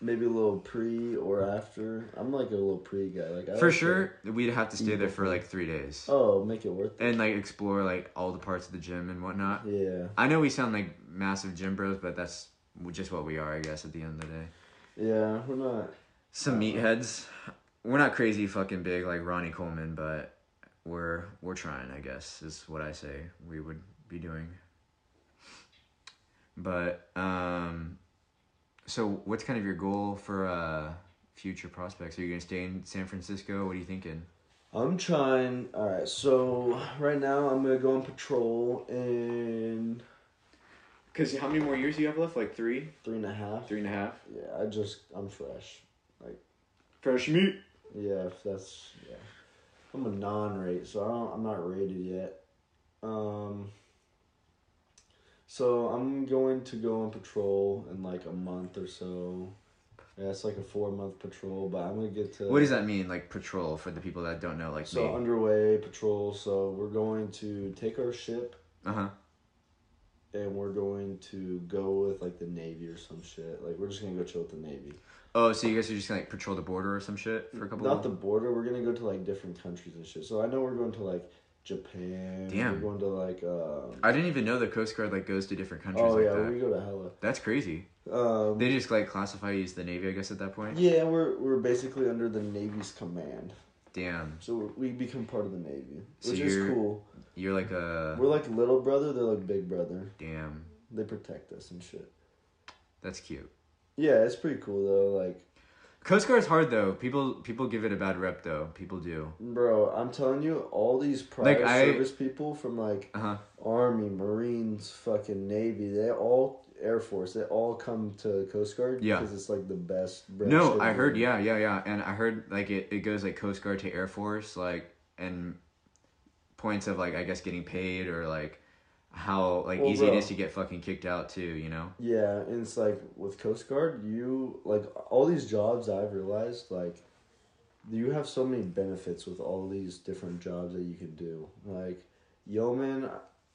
Speaker 5: maybe a little pre or after. I'm like a little pre guy. Like I
Speaker 2: for
Speaker 5: like to-
Speaker 2: sure. We'd have to stay there for like three days
Speaker 5: Oh, make it worth it.
Speaker 2: and like explore like all the parts of the gym and whatnot.
Speaker 5: Yeah.
Speaker 2: I know we sound like massive gym bros, but that's just what we are, I guess. At the end of the day,
Speaker 5: Yeah, we're not.
Speaker 2: some meatheads. We're not crazy fucking big like Ronnie Coleman, but we're we're trying. I guess is what I say we would be doing. But um, so what's kind of your goal for uh future prospects? Are you gonna stay in San Francisco? What are you thinking?
Speaker 5: I'm trying. All right, so right now I'm gonna go on patrol in
Speaker 2: Cause how many more years do you have left? Like three,
Speaker 5: three and a half.
Speaker 2: and a half.
Speaker 5: Yeah, I just I'm fresh.
Speaker 2: Fresh meat.
Speaker 5: Yeah, if that's yeah. I'm a non-rate, so I don't, I'm not rated yet. Um. So I'm going to go on patrol in like a month or so. Yeah, it's like a four month patrol, but I'm gonna get to.
Speaker 2: What does that mean? Like patrol for the people that don't know, like
Speaker 5: So
Speaker 2: me.
Speaker 5: underway patrol. So we're going to take our ship
Speaker 2: Uh huh.
Speaker 5: and we're going to go with like the Navy or some shit. Like we're just gonna go chill with the Navy.
Speaker 2: Oh, so you guys are just gonna like patrol the border or some shit for a couple.
Speaker 5: Not the border. We're gonna go to like different countries and shit. So I know we're going to like Japan.
Speaker 2: Damn.
Speaker 5: We're going to like. Um,
Speaker 2: I didn't even know the Coast Guard like goes to different countries
Speaker 5: oh
Speaker 2: like
Speaker 5: yeah,
Speaker 2: that.
Speaker 5: we go to hella.
Speaker 2: That's crazy.
Speaker 5: Um,
Speaker 2: They just like classify you as the Navy, I guess, at that point.
Speaker 5: yeah, we're we're basically under the Navy's command,
Speaker 2: Damn,
Speaker 5: so we're, we become part of the Navy,
Speaker 2: So
Speaker 5: which is
Speaker 2: you're-
Speaker 5: cool.
Speaker 2: you're like a
Speaker 5: We're like little brother. They're like big brother.
Speaker 2: damn.
Speaker 5: They protect us and shit.
Speaker 2: That's cute.
Speaker 5: Yeah, it's pretty cool though. Like
Speaker 2: Coast Guard's hard though. People people give it a bad rep though. People do.
Speaker 5: Bro, I'm telling you, all these prior
Speaker 2: Like, I-
Speaker 5: service people from like
Speaker 2: Uh huh.
Speaker 5: Army, Marines, fucking Navy, they all Air Force, they all come to Coast Guard
Speaker 2: Yeah.
Speaker 5: because it's like the best. branch
Speaker 2: No,
Speaker 5: of
Speaker 2: I
Speaker 5: the
Speaker 2: heard.
Speaker 5: Navy.
Speaker 2: Yeah, yeah, yeah. And I heard like it, it goes like Coast Guard to Air Force, like and points of like I guess getting paid or like how like
Speaker 5: Well,
Speaker 2: easy it
Speaker 5: bro.
Speaker 2: is to get fucking kicked out too. You know.
Speaker 5: Yeah, and it's like with Coast Guard, you like all these jobs I've realized like you have so many benefits with all these different jobs that you can do. Like yo man,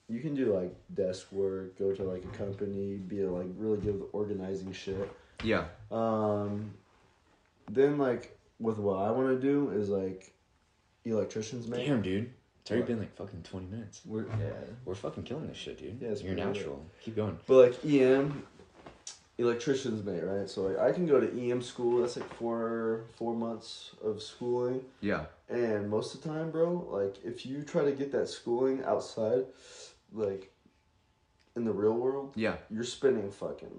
Speaker 5: you can do like desk work, go to like a company, be like really good with organizing shit.
Speaker 2: Yeah.
Speaker 5: Um, then like with what I want to do is like electricians man.
Speaker 8: Damn, dude. It's already
Speaker 5: What?
Speaker 8: been like fucking 20 minutes.
Speaker 2: We're,
Speaker 5: Yeah.
Speaker 8: We're fucking killing this shit, dude.
Speaker 5: Yeah, it's
Speaker 8: You're
Speaker 5: pretty
Speaker 8: natural. Keep going.
Speaker 5: But like EM, electricians mate, right? So like I can go to EM school. That's like four four months of schooling,
Speaker 2: yeah.
Speaker 5: and most of the time, bro, like if you try to get that schooling outside, like in the real world,
Speaker 2: Yeah.
Speaker 5: you're spending fucking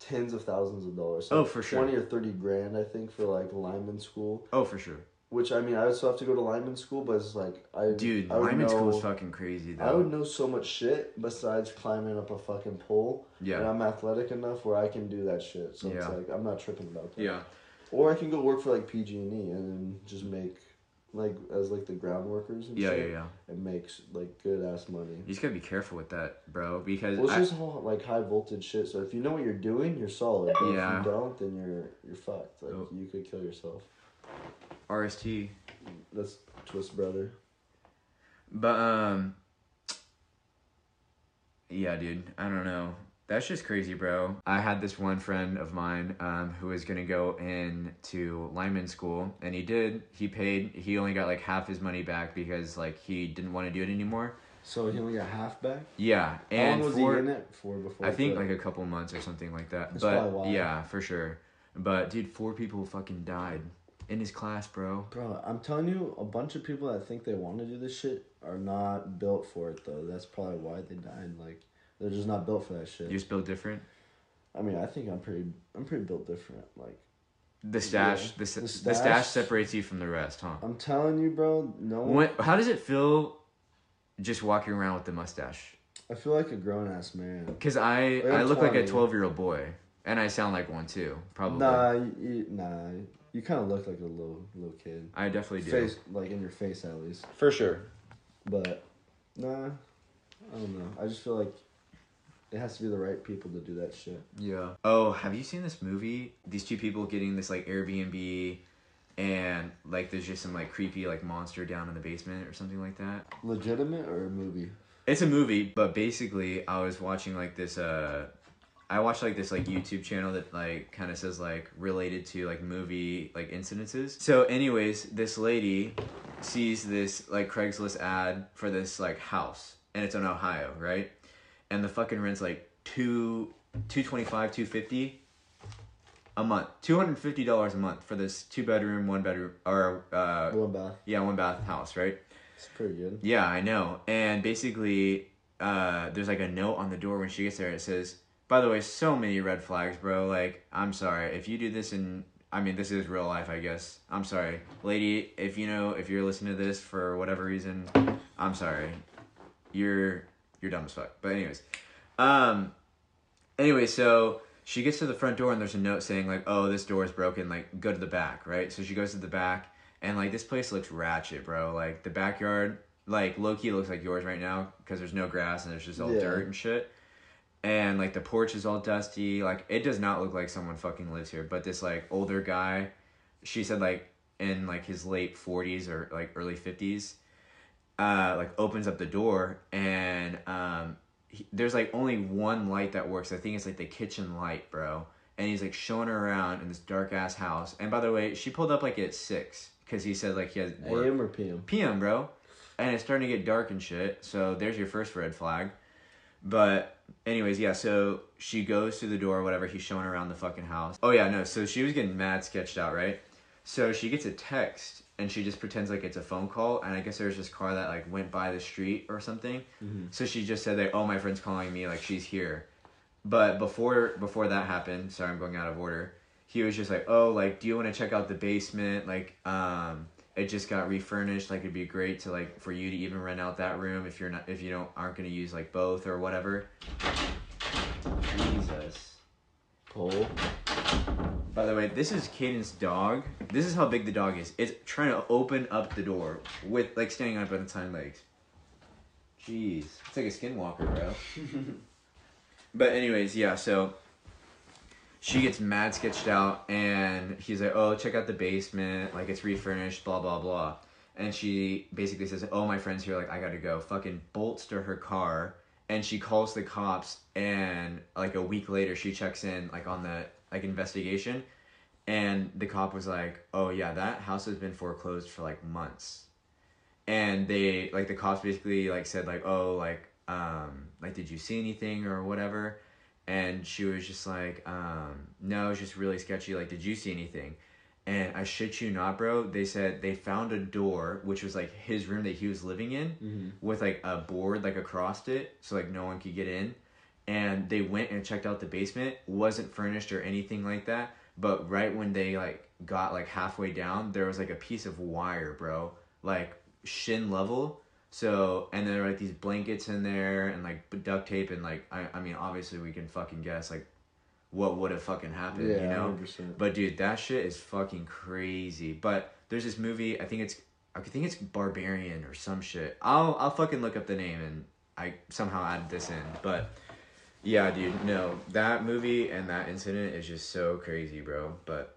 Speaker 5: tens of thousands of dollars.
Speaker 2: Oh,
Speaker 5: like,
Speaker 2: for sure.
Speaker 5: Twenty or thirty grand, I think, for like lineman school.
Speaker 2: Oh, for sure.
Speaker 5: Which I mean, I would still have to go to lineman school, but it's like I
Speaker 2: Dude,
Speaker 5: I would
Speaker 2: lineman
Speaker 5: know-
Speaker 2: school's fucking crazy, though.
Speaker 5: I would know so much shit besides climbing up a fucking pole.
Speaker 2: Yeah.
Speaker 5: And I'm athletic enough where I can do that shit. So it's
Speaker 2: Yeah.
Speaker 5: like I'm not tripping about that.
Speaker 2: Yeah.
Speaker 5: Or I can go work for like PG and E and then just make like as like the ground workers and
Speaker 2: Yeah, yeah,
Speaker 5: shit
Speaker 2: yeah.
Speaker 5: and makes like good ass money.
Speaker 2: You just gotta be careful with that, bro, because
Speaker 5: Well, it's
Speaker 2: I-
Speaker 5: just all, like high voltage shit. So if you know what you're doing, you're solid. But
Speaker 2: Yeah.
Speaker 5: if you don't, then you're you're fucked. Like
Speaker 2: Oh.
Speaker 5: you could kill yourself.
Speaker 2: RST.
Speaker 5: That's twist brother.
Speaker 2: But um Yeah, dude, I don't know. That's just crazy, bro. I had this one friend of mine um, who was gonna go in to lineman school, and he did. He paid. He only got like half his money back because like he didn't want to do it anymore.
Speaker 5: So he only got half back.
Speaker 2: Yeah,
Speaker 5: How
Speaker 2: and
Speaker 5: long was
Speaker 2: for-
Speaker 5: he in it for before?
Speaker 2: I
Speaker 5: he
Speaker 2: think
Speaker 5: quit?
Speaker 2: like a couple months or something like that.
Speaker 5: That's
Speaker 2: but
Speaker 5: probably why.
Speaker 2: yeah, for sure. But dude, four people fucking died in his class, bro.
Speaker 5: Bro, I'm telling you, a bunch of people that think they want to do this shit are not built for it though. That's probably why they died. Like they're just not built for that shit.
Speaker 2: You're still different.
Speaker 5: I mean, I think I'm pretty, I'm pretty built different. Like
Speaker 2: The stash,
Speaker 5: Yeah.
Speaker 2: the, s-
Speaker 5: The
Speaker 2: the stash,
Speaker 5: stash-
Speaker 2: separates you from the rest, huh?
Speaker 5: I'm telling you, bro. No one.
Speaker 2: When, how does it feel just walking around with the mustache?
Speaker 5: I feel like a grown ass man.
Speaker 2: Because I,
Speaker 5: Like, I'm
Speaker 2: I look like
Speaker 5: 20.
Speaker 2: a 12 year old boy. And I sound like one too, probably.
Speaker 5: Nah, you, you, nah. You kind of look like a little, little kid.
Speaker 2: I definitely do.
Speaker 5: Face, like in your face at least.
Speaker 8: For sure.
Speaker 5: But nah, I don't know. I just feel like it has to be the right people to do that shit.
Speaker 2: Yeah. Oh, have you seen this movie? These two people getting this like Airbnb and like there's just some like creepy like monster down in the basement or something like that.
Speaker 5: Legitimate or a movie?
Speaker 2: It's a movie, but basically I was watching like this uh I watched like this like YouTube channel that like kind of says like related to like movie like incidences. So anyways, this lady sees this like Craigslist ad for this like house and it's in Ohio, right? And the fucking rent's like 2 225 250 a month. $250 a month for this two bedroom, one bedroom or uh
Speaker 5: One bath.
Speaker 2: yeah, one bath house, right?
Speaker 5: It's pretty good.
Speaker 2: Yeah, I know. And basically, uh, there's like a note on the door when she gets there. It says, "By the way, so many red flags, bro. Like, I'm sorry if you do this in. I mean, this is real life, I guess. I'm sorry, lady. If you know, if you're listening to this for whatever reason, I'm sorry. You're you're dumb as fuck. But anyways, um, anyway, so she gets to the front door and there's a note saying like, "Oh, this door is broken. Like, go to the back, right?" So she goes to the back and like this place looks ratchet, bro. Like the backyard, like low key looks like yours right now because there's no grass and there's just all
Speaker 5: Yeah.
Speaker 2: dirt and shit. And like the porch is all dusty. Like it does not look like someone fucking lives here. But this like older guy, she said like in like his late forties or like early fifties, uh, like opens up the door and um, he, there's like only one light that works. I think it's like the kitchen light, bro. And he's like showing her around in this dark ass house. And by the way, she pulled up like at six because he said like he had work.
Speaker 5: AM or PM?
Speaker 2: PM, bro. And it's starting to get dark and shit. So there's your first red flag. But anyways, yeah, so she goes through the door or whatever, he's showing around the fucking house. Oh yeah, no, so she was getting mad sketched out, right? So she gets a text and she just pretends like it's a phone call and I guess there's this car that like went by the street or something. So she just said like, Oh my friend's calling me, like she's here. But before before that happened, sorry I'm going out of order. He was just like, "Oh, like do you want to check out the basement? Like um it just got refurnished. Like it'd be great to like for you to even rent out that room if you're not if you don't aren't going to use like both or whatever." Jesus.
Speaker 5: Pole.
Speaker 2: By the way, this is Caden's dog. This is how big the dog is. It's trying to open up the door with like standing up on its hind legs. Jeez, it's like a skinwalker, bro. but anyways, yeah. So she gets mad sketched out, and he's like, "Oh, check out the basement. Like it's refurnished. Blah blah blah." and she basically says, "Oh, my friend's here. Like, I gotta go." Fucking bolts to her car, and she calls the cops. And like a week later, she checks in like on the like investigation, and the cop was like, "Oh yeah, that house has been foreclosed for like months." and they like the cops basically like said like oh like um like did you see anything or whatever and she was just like um no it's just really sketchy like did you see anything and i shit you not bro they said they found a door which was like his room that he was living in with like a board like across it so like no one could get in and they went and checked out the basement wasn't furnished or anything like that but right when they like got like halfway down there was like a piece of wire bro like shin level so and there were like these blankets in there and like b- duct tape and like i, I mean obviously we can fucking guess like what would have fucking happened
Speaker 5: Yeah,
Speaker 2: you know
Speaker 5: 100%.
Speaker 2: but dude that shit is fucking crazy but there's this movie i think it's i think it's barbarian or some shit i'll i'll fucking look up the name and i somehow add this in but yeah, dude. No, that movie and that incident is just so crazy, bro. But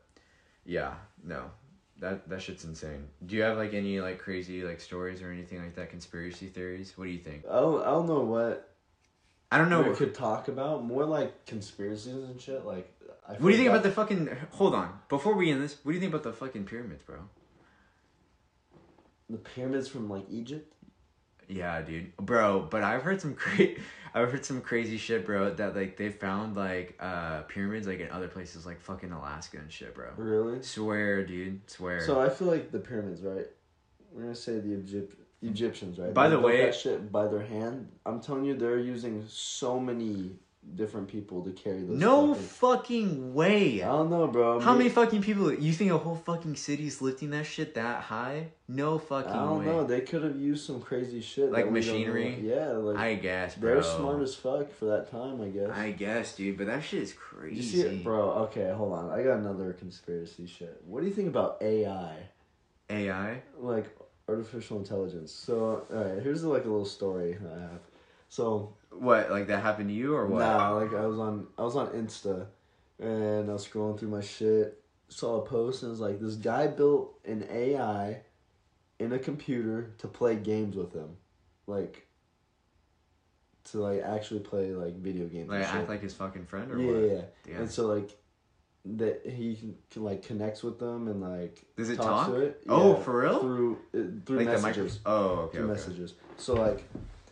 Speaker 2: yeah, no, that that shit's insane. Do you have like any like crazy like stories or anything like that? Conspiracy theories? What do you think?
Speaker 5: I don't, I don't know what
Speaker 2: I don't know.
Speaker 5: we could talk about. More like conspiracies and shit. Like, I
Speaker 2: What do you think about the fucking? Hold on. Before we end this, what do you think about the fucking pyramids, bro?
Speaker 5: the pyramids from like Egypt?
Speaker 2: Yeah, dude, bro. But I've heard some *laughs* crazy, I've heard some crazy shit, bro. That like they found like uh pyramids like in other places like fucking Alaska and shit, bro.
Speaker 5: Really?
Speaker 2: Swear, dude. Swear.
Speaker 5: So I feel like the pyramids, right? We're gonna say the Egypt Egyptians, right?
Speaker 2: By
Speaker 5: They
Speaker 2: the
Speaker 5: built
Speaker 2: way-
Speaker 5: that shit by their hand. I'm telling you, they're using so many different people to carry those.
Speaker 2: No
Speaker 5: fucking-
Speaker 2: fucking way.
Speaker 5: I don't know, bro.
Speaker 2: How
Speaker 5: Me-
Speaker 2: many fucking people? You think a whole fucking city's lifting that shit that high? No fucking
Speaker 5: I don't
Speaker 2: way.
Speaker 5: know. They could have used some crazy shit,
Speaker 2: Like
Speaker 5: that we don't know.
Speaker 2: machinery?
Speaker 5: Yeah, like
Speaker 2: I guess, bro.
Speaker 5: they're smart as fuck for that time, I guess.
Speaker 2: I guess, dude. But that shit is crazy.
Speaker 5: you see it, bro? Okay, hold on. I got another conspiracy shit. What do you think about AI?
Speaker 2: AI.
Speaker 5: like artificial intelligence. So, all right, here's like a little story I have. So,
Speaker 2: What? Like that happened to you or what?
Speaker 5: Nah, like I was on I was on Insta and I was scrolling through my shit, saw a post and it was like this guy built an AI in a computer to play games with him. Like to like actually play like video games.
Speaker 2: Like
Speaker 5: and shit.
Speaker 2: act like his fucking friend or
Speaker 5: yeah,
Speaker 2: what?
Speaker 5: yeah, yeah.
Speaker 2: Yeah.
Speaker 5: And so like that he can, can like connects with them and like
Speaker 2: Does it talk?
Speaker 5: talks to it.
Speaker 2: Oh, for real?
Speaker 5: Through uh, through
Speaker 2: like the
Speaker 5: messages
Speaker 2: microphone. Oh, okay.
Speaker 5: two
Speaker 2: okay.
Speaker 5: messages. So like,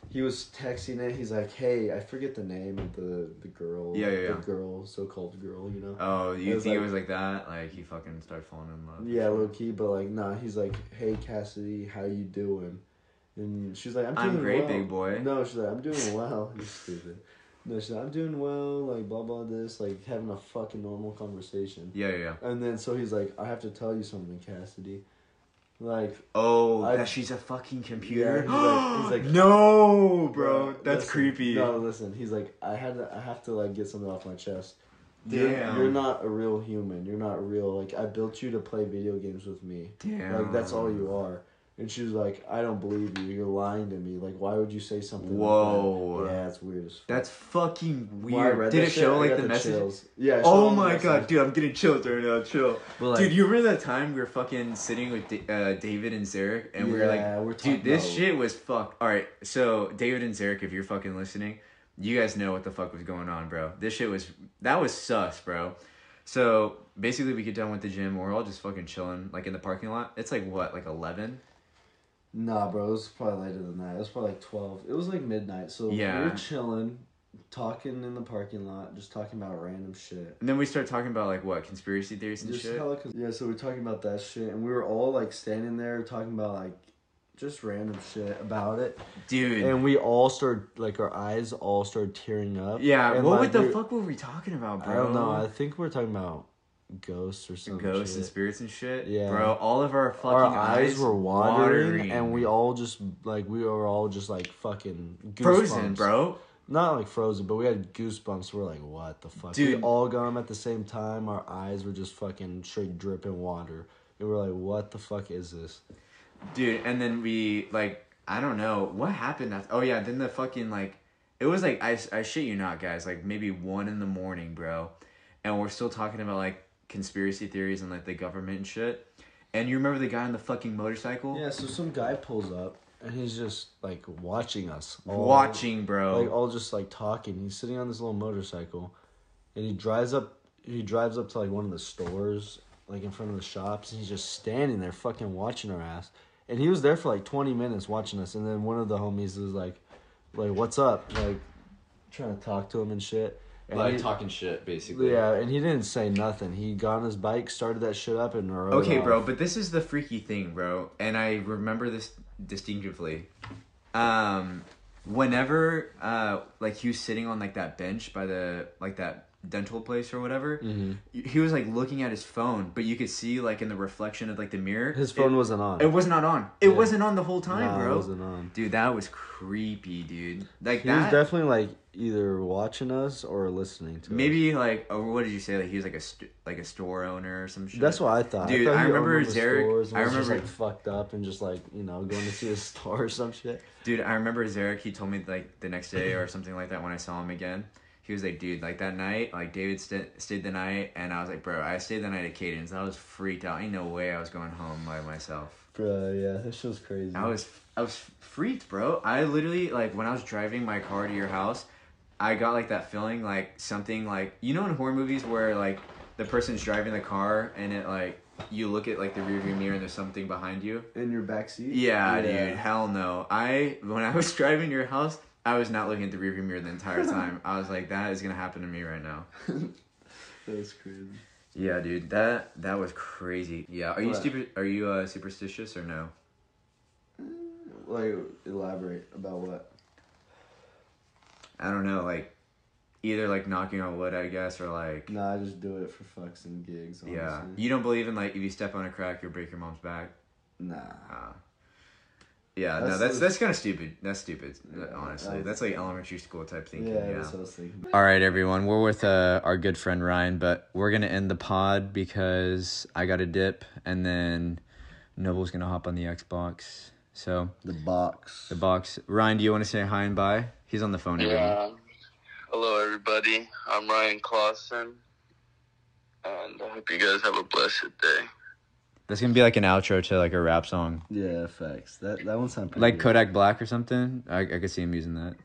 Speaker 5: he was texting it. He's like, "Hey, I forget the name of the the girl.
Speaker 2: Yeah, yeah,
Speaker 5: the
Speaker 2: yeah.
Speaker 5: girl, so called girl. You know.
Speaker 2: Oh, you
Speaker 5: It was
Speaker 2: think it
Speaker 5: like-
Speaker 2: was like that? Like he fucking started falling in love.
Speaker 5: yeah, low key, but like, nah. He's like, "Hey, Cassidy, how you doing?" And she's like, "I'm
Speaker 2: I'm
Speaker 5: doing
Speaker 2: great,
Speaker 5: well."
Speaker 2: big boy.
Speaker 5: No, she's like, "I'm doing well." *laughs* you stupid. No, she's like, "I'm doing well." Like, blah blah. This like having a fucking normal conversation.
Speaker 2: Yeah, yeah. yeah.
Speaker 5: And then so he's like, "I have to tell you something, Cassidy." Like,
Speaker 2: Oh,
Speaker 5: I-
Speaker 2: that she's a fucking
Speaker 5: yeah,
Speaker 2: computer.
Speaker 5: he's like, he's
Speaker 2: *gasps*
Speaker 5: like
Speaker 2: no, bro, that's
Speaker 5: listen.
Speaker 2: creepy.
Speaker 5: No, listen. He's like, I had to, I have to like get something off my chest.
Speaker 2: Damn.
Speaker 5: You're, you're not a real human. You're not real. Like I built you to play video games with me.
Speaker 2: Damn.
Speaker 5: Like that's all you are. And she was like, I don't believe you. You're lying to me. Like why would you say something? like that?"
Speaker 2: Whoa.
Speaker 5: yeah, it's weird. As fuck.
Speaker 2: That's fucking
Speaker 5: When I
Speaker 2: weird.
Speaker 5: read
Speaker 2: Did
Speaker 5: that
Speaker 2: it
Speaker 5: shit,
Speaker 2: show
Speaker 5: I
Speaker 2: like
Speaker 5: got
Speaker 2: the, message?
Speaker 5: chills. Yeah. it showed all
Speaker 2: Oh
Speaker 5: the
Speaker 2: my god,
Speaker 5: messages.
Speaker 2: dude, I'm getting chills right now. Chill,
Speaker 5: But, like-
Speaker 2: dude. You remember that time we were fucking sitting with D- uh, David and Zarek, and we were like,
Speaker 5: Yeah, we're talking
Speaker 2: "Dude, this
Speaker 5: about-
Speaker 2: shit was fucked." All right, so David and Zarek, if you're fucking listening, you guys know what the fuck was going on, bro. This shit was that was sus, bro. So basically, we get done with the gym, we're all just fucking chilling, like in the parking lot. It's like what, like eleven?
Speaker 5: Nah, bro, it was probably later than that. It was probably like twelve. It was like midnight. So we
Speaker 2: Yeah.
Speaker 5: were chilling, talking in the parking lot, just talking about random shit.
Speaker 2: And then we start talking about like what conspiracy theories and
Speaker 5: Just
Speaker 2: shit.
Speaker 5: hella cons- yeah, so we're talking about that shit, and we were all like standing there talking about like just random shit about it,
Speaker 2: Dude,
Speaker 5: and we all started like our eyes all started tearing up.
Speaker 2: Yeah,
Speaker 5: and,
Speaker 2: what
Speaker 5: like,
Speaker 2: the
Speaker 5: we-
Speaker 2: fuck were we talking about, bro?
Speaker 5: I don't know. I think we're talking about ghosts or something.
Speaker 2: Ghosts and
Speaker 5: shit.
Speaker 2: spirits and shit.
Speaker 5: Yeah.
Speaker 2: Bro, all of our fucking
Speaker 5: Our eyes were watering,
Speaker 2: watering.
Speaker 5: and we all just like we were all just like fucking goosebumps.
Speaker 2: frozen, bro.
Speaker 5: Not like frozen, but we had goosebumps. We're like, what the fuck? We
Speaker 2: Dude.
Speaker 5: all got 'em at the same time. Our eyes were just fucking straight dripping water. And we're like, what the fuck is this?
Speaker 2: Dude, and then we like I don't know what happened after. Oh yeah, then the fucking like it was like I I shit you not, guys. Like maybe one in the morning, bro, and we're still talking about like conspiracy theories and like the government and shit. And you remember the guy on the fucking motorcycle?
Speaker 5: Yeah, so some guy pulls up and he's just like watching us. all-
Speaker 2: Watching, bro.
Speaker 5: Like all just like talking. He's sitting on this little motorcycle and he drives up he drives up to like one of the stores, like in front of the shops, and he's just standing there fucking watching our ass. And he was there for like twenty minutes watching us and then one of the homies was like like what's up? Like trying to talk to him and shit. And
Speaker 8: Like
Speaker 5: he-
Speaker 8: talking shit, basically.
Speaker 5: yeah, and he didn't say nothing. He got on his bike, started that shit up, and rode
Speaker 2: Okay,
Speaker 5: off.
Speaker 2: bro, but this is the freaky thing, bro, and I remember this distinctively. Um, whenever uh, like he was sitting on like that bench by the like that dental place or whatever,
Speaker 5: Mm-hmm.
Speaker 2: y- he was like looking at his phone, but you could see like in the reflection of like the mirror,
Speaker 5: His phone
Speaker 2: it,
Speaker 5: wasn't on.
Speaker 2: It was not on. It wasn't on the whole time,
Speaker 5: Nah, it
Speaker 2: bro.
Speaker 5: wasn't on.
Speaker 2: Dude, that was creepy, dude. Like
Speaker 5: He was
Speaker 2: that.
Speaker 5: definitely like either watching us or listening to us.
Speaker 2: Maybe like, or what did you say? Like he was like a st- like a store owner or some shit.
Speaker 5: That's what I thought.
Speaker 2: Dude,
Speaker 5: thought
Speaker 2: I
Speaker 5: he owned
Speaker 2: remember
Speaker 5: all the
Speaker 2: Zarek-
Speaker 5: stores and
Speaker 2: I
Speaker 5: was just,
Speaker 2: remember-
Speaker 5: like fucked up and just like you know going to see a *laughs* store or some shit.
Speaker 2: Dude, I remember Zarek, he told me like the next day or something like that when I saw him again. He was like, dude, like that night, like David st- stayed the night, and I was like, bro, I stayed the night at Cadence. I was freaked out. Ain't no way I was going home by myself.
Speaker 5: Bro, yeah, that shit was crazy.
Speaker 2: I was, I was freaked, bro. I literally like when I was driving my car to your house, I got like that feeling like something like you know in horror movies where like the person's driving the car and it like you look at like the rearview mirror and there's something behind you.
Speaker 5: in your backseat.
Speaker 2: Yeah, dude. Hell no. I when I was *laughs* driving to your house, I was not looking at the rearview mirror the
Speaker 5: *laughs*
Speaker 2: entire time. I was like, that is gonna happen to me right now.
Speaker 5: that was crazy.
Speaker 2: Yeah, dude. That that was crazy. Yeah. Are you
Speaker 5: What?
Speaker 2: super? Are you uh, superstitious or no?
Speaker 5: Like elaborate about what?
Speaker 2: I don't know. Like, either like knocking on wood, I guess, or like.
Speaker 5: Nah, I just do it for fucks and gigs. Honestly.
Speaker 2: Yeah. You don't believe in like if you step on a crack, you'll break your mom's back.
Speaker 5: Nah.
Speaker 2: Uh, yeah. no,
Speaker 5: That's-
Speaker 2: that's that's kind of stupid. That's stupid. honestly,
Speaker 5: that's-
Speaker 2: that's like elementary school type
Speaker 5: Yeah,
Speaker 2: thinking.
Speaker 5: that's what I was thinking.
Speaker 2: All right, everyone. We're with uh, our good friend Ryan, but we're gonna end the pod because I got a dip, and then Noble's gonna hop on the Xbox. So
Speaker 5: The box.
Speaker 2: the box. Ryan, do you want to say hi and bye? He's on the phone. everyone.
Speaker 9: Yeah. Hello, everybody. I'm Ryan Clausen, and I hope you guys have a blessed day.
Speaker 2: That's gonna be like an outro to like a rap song,
Speaker 5: yeah, facts. That that one sounded pretty
Speaker 2: like
Speaker 5: good.
Speaker 2: Kodak Black or something. I I could see him using that.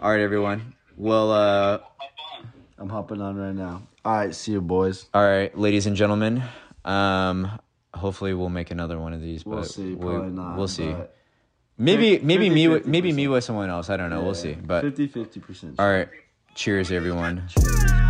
Speaker 2: All right, everyone. Well, uh,
Speaker 5: I'm hopping on right now. All right, see you boys.
Speaker 2: all right, ladies and gentlemen. Um, hopefully we'll make another one of these.
Speaker 5: We'll
Speaker 2: but
Speaker 5: see.
Speaker 2: we-
Speaker 5: Probably not.
Speaker 2: We'll see.
Speaker 5: but-
Speaker 2: Maybe
Speaker 5: Fif-
Speaker 2: maybe
Speaker 5: 50,
Speaker 2: me with- maybe
Speaker 5: 50%.
Speaker 2: me with someone else. I don't know. We'll see. But
Speaker 5: 50 50 percent.
Speaker 2: all right. Cheers everyone.
Speaker 5: right.